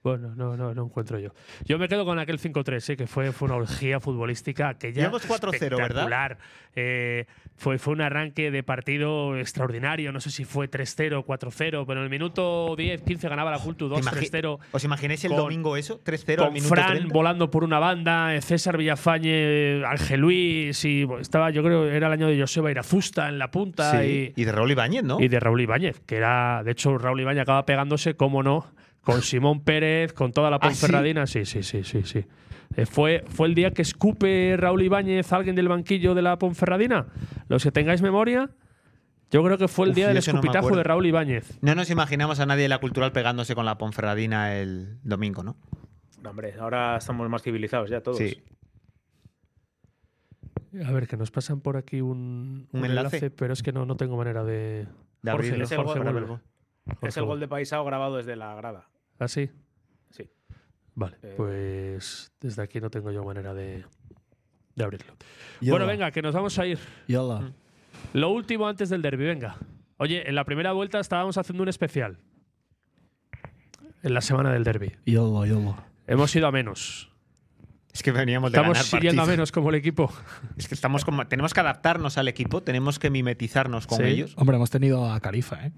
S1: Bueno, no, no, no encuentro yo. Yo me quedo con aquel 5-3, sí, que fue, fue una orgía futbolística aquella.
S2: Llevamos 4-0, ¿verdad?
S1: espectacular. Eh, fue, fue un arranque de partido extraordinario. No sé si fue 3-0, 4-0, pero en el minuto 10, 15 ganaba la Cultu
S2: ¿Te imagi-
S1: 2-3-0.
S2: ¿Os imagináis el
S1: con-
S2: domingo eso? 3-0 al
S1: Con
S2: minuto
S1: Fran
S2: 30.
S1: volando por una banda, eh, César Villafañe, Ángel Luis, y bueno, estaba, yo creo, era el año de Joseba Irazusta en la punta.
S2: Sí,
S1: y,
S2: Y de Raúl Ibáñez, ¿no?
S1: y de Raúl Ibáñez, que era, de hecho, Raúl Ibáñez acaba pegándose, cómo no, con Simón Pérez, con toda la
S2: ¿Ah, sí?
S1: Ponferradina. sí? sí, sí, sí, sí. Eh, fue, fue el día que escupe Raúl Ibáñez a alguien del banquillo de la Ponferradina. Los que tengáis memoria, yo creo que fue el
S2: Uf,
S1: día
S2: yo
S1: del
S2: ese no me
S1: escupitajo
S2: acuerdo.
S1: de Raúl Ibáñez.
S2: No nos imaginamos a nadie de la cultural pegándose con la Ponferradina el domingo, ¿no?
S3: No, hombre, ahora estamos más civilizados ya todos.
S2: Sí.
S1: A ver, que nos pasan por aquí un,
S2: ¿Un enlace?
S1: pero es que no, no tengo manera de.
S2: De
S1: Jorge,
S2: abrirlo.
S3: es el
S1: Jorge
S3: gol-
S1: vuelve.
S3: Es
S1: Jorge
S3: el
S1: vuelve.
S3: gol de Paisao grabado desde la grada.
S1: ¿Ah, sí?
S3: Sí.
S1: Vale,
S3: Eh,
S1: pues desde aquí no tengo yo manera de, de abrirlo.
S4: Yola.
S1: Bueno, venga, que nos vamos a ir.
S2: Mm.
S4: Yola.
S1: Lo último antes del derby, venga. Oye, en la primera vuelta estábamos haciendo un especial. En la semana del derby.
S4: Yola, yola.
S1: Hemos ido a menos.
S2: Es que veníamos de
S1: Estamos
S2: ganar
S1: siguiendo a
S2: partido.
S1: menos como el equipo.
S2: Es que estamos como- tenemos que adaptarnos al equipo, tenemos que mimetizarnos con
S1: Sí. Oh,
S2: ellos.
S4: Hombre, hemos tenido a Carifa, ¿eh?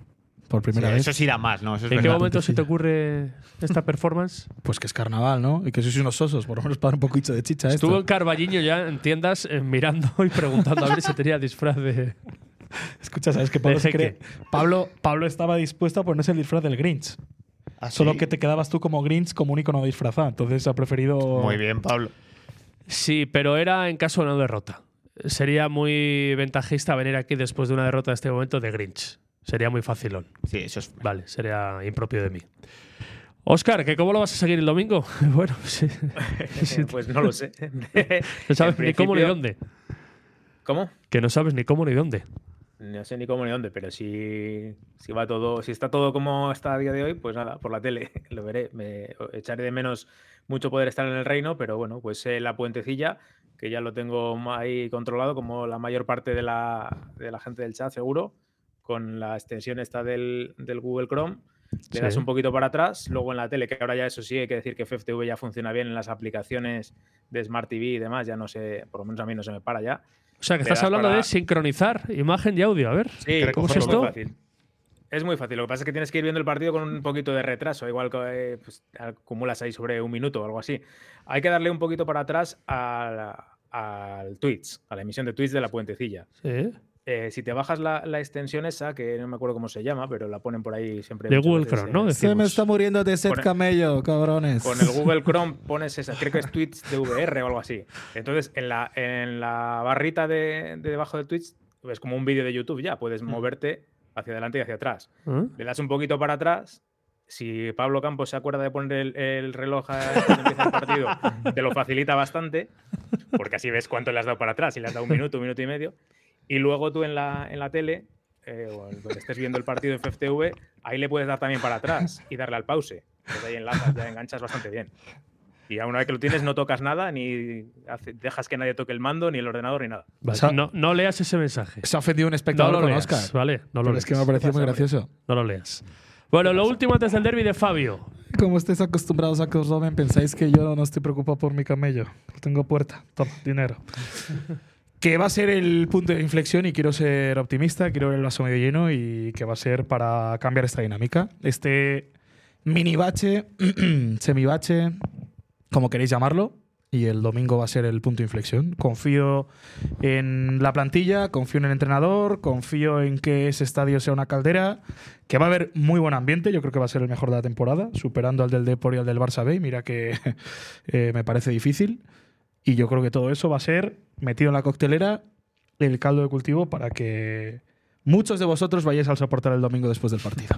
S4: Por primera
S2: Sí,
S4: vez.
S2: eso sí da más, ¿no? Eso es
S1: ¿En qué
S2: verdad.
S1: momento se te ocurre esta performance?
S4: Pues que es carnaval, ¿no? Y que sois unos osos, por lo menos para dar un poquito de chicha. a esto.
S1: Estuvo en Carballiño ya en tiendas eh, mirando y preguntando a ver si tenía disfraz de.
S4: Escucha, sabes que
S1: De
S4: Pablo se
S1: jeque.
S4: cree. Pablo, Pablo estaba dispuesto a ponerse el disfraz del Grinch.
S2: ¿Ah,
S4: Solo
S2: sí?
S4: que te quedabas tú como Grinch como un icono disfrazado. Entonces ha preferido.
S2: Muy bien, Pablo.
S1: Sí, pero era en caso de una derrota. Sería muy ventajista venir aquí después de una derrota en este momento de Grinch. Sería muy facilón.
S2: Sí, eso es.
S1: Vale, sería impropio de mí. Oscar, ¿que ¿cómo lo vas a seguir el domingo? Bueno, sí. sí,
S3: pues no lo sé.
S1: No sabes
S3: En
S1: ni cómo ni
S3: principio-
S1: dónde.
S3: ¿Cómo?
S1: Que no sabes ni cómo ni dónde.
S3: No sé ni cómo ni dónde, pero si, si va todo, si está todo como está a día de hoy, pues nada, por la tele lo veré. Me echaré de menos mucho poder estar en el reino, pero bueno, pues eh, la puentecilla, que ya lo tengo ma- ahí controlado, como la mayor parte de la, de la gente del chat, seguro, con la extensión esta del, del Google Chrome. Le das
S1: Sí.
S3: un poquito para atrás, luego en la tele, que ahora ya eso sí, hay que decir que FFTV ya funciona bien en las aplicaciones de Smart TV y demás, ya no sé, por lo menos a mí no se me para ya.
S1: O sea, que
S3: Le
S1: estás
S3: das
S1: hablando
S3: para-
S1: de sincronizar imagen y audio. A ver.
S3: Sí,
S1: ¿cómo es
S3: es muy
S1: esto?
S3: fácil. Es muy fácil. Lo que pasa es que tienes que ir viendo el partido con un poquito de retraso. Igual que eh, pues, acumulas ahí sobre un minuto o algo así. Hay que darle un poquito para atrás a la- al Twitch, a la emisión de Twitch de la puentecilla.
S1: Sí.
S3: eh, si te bajas la, la extensión esa, que no me acuerdo cómo se llama, pero la ponen por ahí siempre.
S1: De
S3: muchas
S1: Google
S3: veces,
S1: Chrome,
S3: eh,
S1: ¿no?
S4: Se me
S1: Decimos.
S4: está muriendo de sed
S3: Con el-
S4: camello, cabrones.
S3: Con el Google Chrome pones esa, creo que es Twitch de VR o algo así. Entonces, en la, en la barrita de, de debajo de Twitch, es como un vídeo de YouTube ya, puedes
S1: Mm.
S3: moverte hacia adelante y hacia atrás.
S1: ¿Eh?
S3: Le das un poquito para atrás. Si Pablo Campos se acuerda de poner el, el reloj a- cuando empieza el partido, te lo facilita bastante, porque así ves cuánto le has dado para atrás, si le has dado un minuto, un minuto y medio. Y luego tú en la, en la tele, eh, o en donde estés viendo el partido en FFTV, ahí le puedes dar también para atrás y darle al pause. Entonces ahí enlazas, ya enganchas bastante bien. Y a una vez que lo tienes, no tocas nada, ni hace- dejas que nadie toque el mando, ni el ordenador, ni nada.
S1: Vale,
S5: Sa-
S1: no, no leas ese mensaje.
S5: Se ha ofendido un
S1: No
S5: espectador
S1: lo
S5: con
S1: leas,
S5: Oscar.
S1: ¿vale? No lo
S4: Pero es que me ha
S1: leas.
S4: parecido
S3: pasa,
S4: muy
S3: hombre?
S4: gracioso.
S1: No lo leas. Bueno, lo último antes del derby de Fabio.
S4: Como estáis acostumbrados a que os roben, pensáis que yo no estoy preocupado por mi camello.
S5: Lo tengo puerta. Toma, dinero. que va a ser el punto de inflexión y quiero ser optimista, quiero ver el vaso medio lleno y que va a ser para cambiar esta dinámica. Este mini bache, semibache, como queréis llamarlo. Y el domingo va a ser el punto de inflexión. Confío en la plantilla, confío en el entrenador, confío en que ese estadio sea una caldera, que va a haber muy buen ambiente, yo creo que va a ser el mejor de la temporada, superando al del Depor y al del Barça B, y mira que eh, me parece difícil. Y yo creo que todo eso va a ser metido en la coctelera, el caldo de cultivo para que muchos de vosotros vayáis al soportar el domingo después del partido.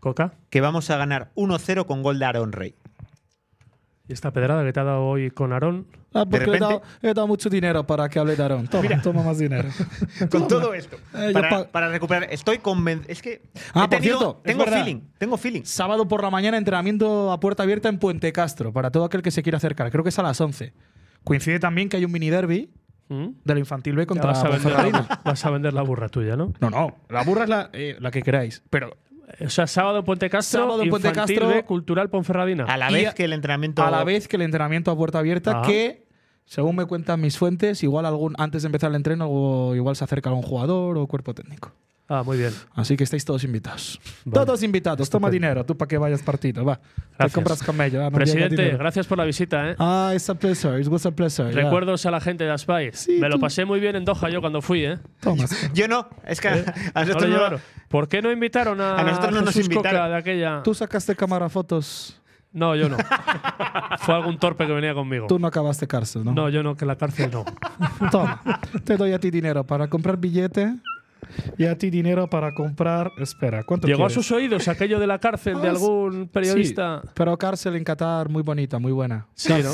S1: Coca.
S2: Que vamos a ganar 1-0 con gol de Aaron Rey.
S1: ¿Y esta pedrada que te ha dado hoy con Aarón?
S4: Ah, porque
S2: repente-
S4: he, dado, he dado mucho dinero para que hable de Aarón. Toma, toma más dinero.
S2: Con todo esto.
S4: Eh, yo
S2: Para,
S4: pa-
S2: para recuperar. Estoy convencido. Es que.
S4: Ah,
S2: he
S4: por
S2: tenido-
S4: cierto, es
S2: Tengo
S4: verdad.
S2: feeling. Tengo feeling.
S4: Sábado por la mañana, entrenamiento a puerta abierta en Puente Castro, para todo aquel que se quiera acercar. Creo que es a las 11. Coincide también que hay un mini derby
S1: ¿Mm?
S4: del infantil B
S1: Ya
S4: contra
S1: Vas a, vender
S4: Ponferradina.
S1: la, vas a vender la burra tuya, ¿no?
S4: No, no. La burra es la, eh, la que queráis. Pero
S1: O sea, sábado Puente Castro,
S4: Sábado, Puente
S1: infantil
S4: Castro.
S1: B, Cultural Ponferradina.
S2: A la
S4: Y
S2: vez
S4: a-
S2: que el entrenamiento.
S4: a la vez que el entrenamiento a puerta abierta,
S1: Ajá.
S4: que según me cuentan mis fuentes, igual algún antes de empezar el entreno, algo- igual se acerca algún jugador o cuerpo técnico.
S1: Ah, muy bien.
S4: Así que estáis todos invitados.
S1: Vale.
S4: Todos invitados. Toma dinero, tú para que vayas partido. Va.
S1: Gracias.
S4: Te compras camello. ah, no llega
S1: Presidente,
S4: dinero.
S1: gracias por la visita, ¿eh?
S4: Ah, it's a pleasure. It was a pleasure. yeah.
S1: Recuerdos a la gente de Aspay.
S4: Sí,
S1: Me lo
S4: tú-
S1: pasé muy bien en Doha yo cuando fui, ¿eh?
S4: Toma.
S2: Yo no. Es que a- a
S1: No lo
S2: nosotros no.
S1: llevaron. ¿Por qué no invitaron a,
S2: A nosotros no nos
S1: Jesús Coca
S2: invitaron.
S1: de aquella?
S4: tú sacaste cámara fotos.
S1: No, yo no. Fue algún torpe que venía conmigo.
S4: Tú no acabaste cárcel, ¿no?
S1: No, yo no, que la cárcel no.
S4: Toma. Te doy a ti dinero para comprar billete y a ti dinero para comprar. Espera, ¿cuánto
S1: Llegó a
S4: quieres?
S1: sus oídos aquello de la cárcel de
S4: Ah, sí.
S1: algún periodista.
S4: Sí, pero cárcel en Qatar, muy bonita, muy buena.
S1: Sí, ¿no?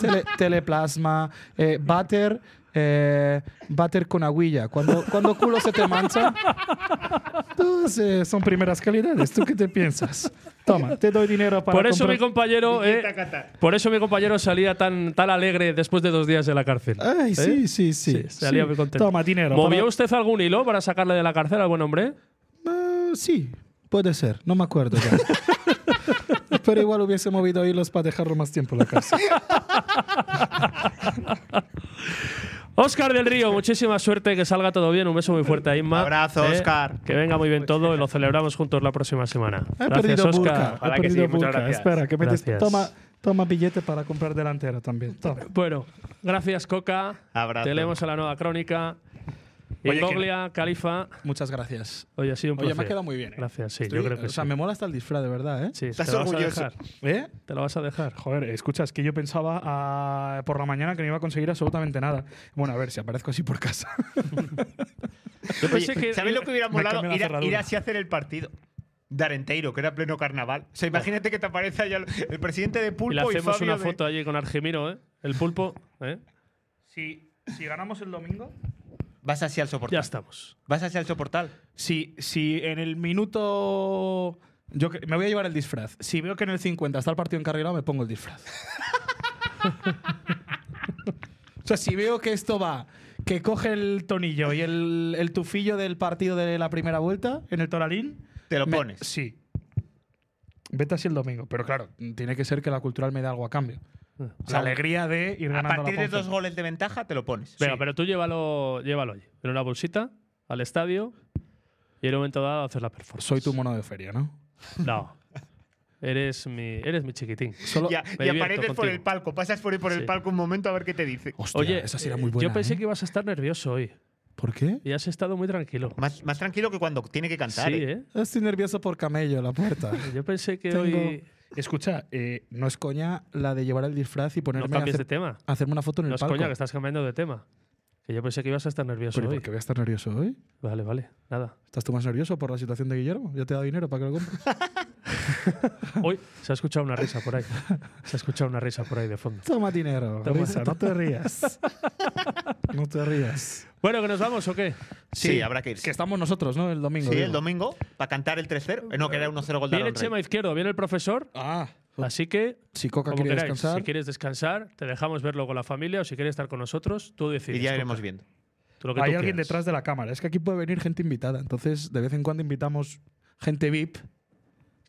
S4: Tele- teleplasma, eh, váter, eh, váter con aguilla. Cuando, cuando culo se te mancha, Todas, eh, son primeras calidades. ¿Tú qué te piensas? Toma, te doy dinero para
S1: Por eso mi
S4: comprar-
S1: compañero, eh, por eso mi compañero salía tan, tan alegre después de dos días de la cárcel. ¿eh?
S4: Ay, sí, sí, sí.
S1: Sí, salía
S4: sí.
S1: muy contento.
S4: Toma, dinero.
S1: ¿Movió
S4: para-
S1: usted algún hilo para sacarle de la cárcel al buen hombre?
S4: Eh, sí, puede ser. No me acuerdo ya. Pero igual hubiese movido hilos para dejarlo más tiempo en la cárcel.
S1: Óscar del Río, muchísima suerte, que salga todo bien. Un beso muy fuerte a Inma.
S2: Abrazo,
S1: Eh,
S2: Óscar.
S1: Que venga muy bien todo y lo celebramos juntos la próxima semana.
S4: He
S1: Gracias,
S4: perdido
S1: Óscar.
S4: burka.
S3: Ojalá
S4: he
S3: que sí,
S4: perdido
S3: muchas
S4: burka.
S3: gracias.
S4: Espera, que me des-
S1: Gracias.
S4: toma, toma billete para comprar delantero también. Toma.
S1: Bueno, gracias, Coca.
S2: Abrazo.
S1: Te leemos a la nueva crónica.
S5: Oye,
S1: Ingoglia, Califa.
S4: Muchas gracias.
S1: Oye, ha sido un
S4: Oye, me
S1: placer.
S4: ha quedado muy bien, eh.
S1: Gracias, sí,
S4: Estoy-
S1: yo creo que
S4: o sea,
S1: sí.
S4: me mola hasta el disfraz, de verdad, ¿eh?
S1: Sí,
S2: Estás
S1: te lo vas a
S2: orgulloso.
S1: dejar.
S4: ¿Eh?
S1: Te lo vas a dejar.
S5: Joder, escucha, es que yo pensaba ah, por la mañana que no iba a conseguir absolutamente nada. Bueno, a ver si aparezco así por casa.
S1: Yo
S2: Oye,
S1: pensé que.
S2: ¿Sabéis lo que hubiera
S5: me
S2: molado?
S5: cambié la
S2: Ir, a- ir
S5: cerradura.
S2: así a hacer el partido. Darenteiro, que era pleno carnaval. O sea, imagínate que te aparece allá el- el presidente de Pulpo
S1: Y
S2: y,
S1: le hacemos
S2: Fabio
S1: una
S2: de-
S1: foto allí con Argemiro, ¿eh? El pulpo, ¿eh?
S5: Si, si ganamos el domingo.
S2: Vas hacia el
S1: Ya
S2: soportal.
S1: estamos.
S2: Vas hacia el soportal.
S5: Si, si en el minuto. Yo que- me voy a llevar el disfraz. Si veo que en el 50 está el partido encarrilado, me pongo el disfraz. o sea, si veo que esto va, que coge el tonillo y el, el tufillo del partido de la primera vuelta en el Toralín.
S2: Te lo
S5: me-
S2: pones.
S5: sí. Vete así el domingo. Pero claro, tiene que ser que la cultural me dé algo a cambio. La alegría de ir
S2: A
S5: ganando. la
S2: partir de
S5: Ponce.
S2: dos goles de ventaja, te lo pones.
S1: Venga, pero tú llévalo, llévalo allí. En una bolsita, al estadio. Y en un momento dado haces la performance.
S5: Soy tu mono de feria, ¿no?
S1: No. Eres mi, eres mi chiquitín.
S5: Solo.
S2: Y, a-
S1: me
S2: y
S1: divierto
S2: apareces por
S1: contigo.
S2: el palco. Pasas por, ahí por
S1: Sí.
S2: el palco un momento a ver qué te dice.
S5: Hostia, esa sí era muy buena.
S1: yo pensé
S5: ¿eh?
S1: que ibas a estar nervioso hoy.
S4: ¿Por qué?
S1: Y has estado muy tranquilo.
S2: Más, más tranquilo que cuando tiene que cantar.
S1: Sí,
S2: ¿eh?
S1: ¿eh?
S4: Estoy nervioso por camello, la puerta.
S1: Yo pensé que
S4: Tengo-
S1: hoy
S4: Escucha, eh, no es coña la de llevar el disfraz y
S1: no
S4: ponerme a,
S1: cambies
S4: hacer-
S1: de tema.
S4: a hacerme una foto en el
S1: No es
S4: palco.
S1: coña que estás cambiando de tema. Que yo pensé que ibas a estar nervioso
S4: Pero ¿y
S1: hoy.
S4: ¿Por qué voy a estar nervioso hoy?
S1: Vale, vale. Nada.
S4: ¿Estás tú más nervioso por la situación de Guillermo? Ya te he dado dinero para que lo compres.
S1: Hoy se ha escuchado una risa por ahí. Se ha escuchado una risa por ahí de fondo.
S4: Toma dinero.
S1: Toma.
S4: Risa, no te rías. no te rías.
S1: Bueno, que nos vamos o qué?
S2: Sí, habrá que irse.
S4: Que estamos nosotros, ¿no? El domingo.
S2: Sí,
S4: digo.
S2: el domingo, para cantar el 3-0. Eh, No, que era 1-0 gol de
S1: Viene
S2: Aaron Rey.
S1: Chema Izquierdo, viene el profesor.
S4: Ah,
S1: Así que,
S4: si Coca
S1: como
S4: quiere
S1: queráis,
S4: descansar.
S1: si quieres descansar, te dejamos verlo con la familia o si quieres estar con nosotros, tú decides.
S2: Y ya
S1: Cuca.
S2: iremos viendo.
S1: Tú lo que
S4: Hay
S1: tú
S4: alguien
S1: quieras.
S4: detrás de la cámara. Es que aquí puede venir gente invitada. Entonces, de vez en cuando invitamos gente VIP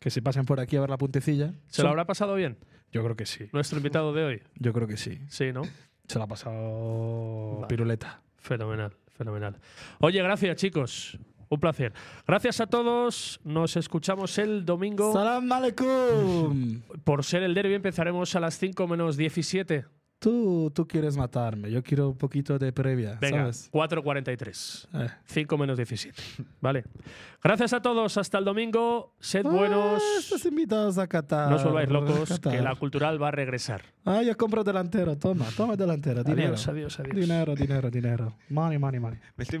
S4: que se pasen por aquí a ver la puntecilla.
S1: ¿Se lo
S4: Son-
S1: habrá pasado bien
S4: Yo creo que sí.
S1: nuestro invitado de hoy?
S4: Yo creo que sí.
S1: Sí, ¿no?
S4: Se la ha pasado piruleta.
S1: Fenomenal, fenomenal. Oye, gracias, chicos. Un placer. Gracias a todos. Nos escuchamos el domingo.
S4: Salam aleikum.
S1: Por ser el derby empezaremos a las 5 menos 17.
S4: Tú, tú quieres matarme. Yo quiero un poquito de previa.
S1: Venga,
S4: ¿sabes?
S1: 4.43.
S4: Eh.
S1: 5 menos 17. Vale. Gracias a todos. Hasta el domingo. Sed
S4: Ah,
S1: buenos.
S4: estás invitados a Qatar.
S1: No os volváis locos,
S4: Qatar.
S1: que la cultural va a regresar.
S4: Ah, yo compro delantero. Toma, toma delantero. Dinero.
S1: Adiós, adiós, adiós.
S4: Dinero, dinero, dinero. Money, money, money.
S2: Me estoy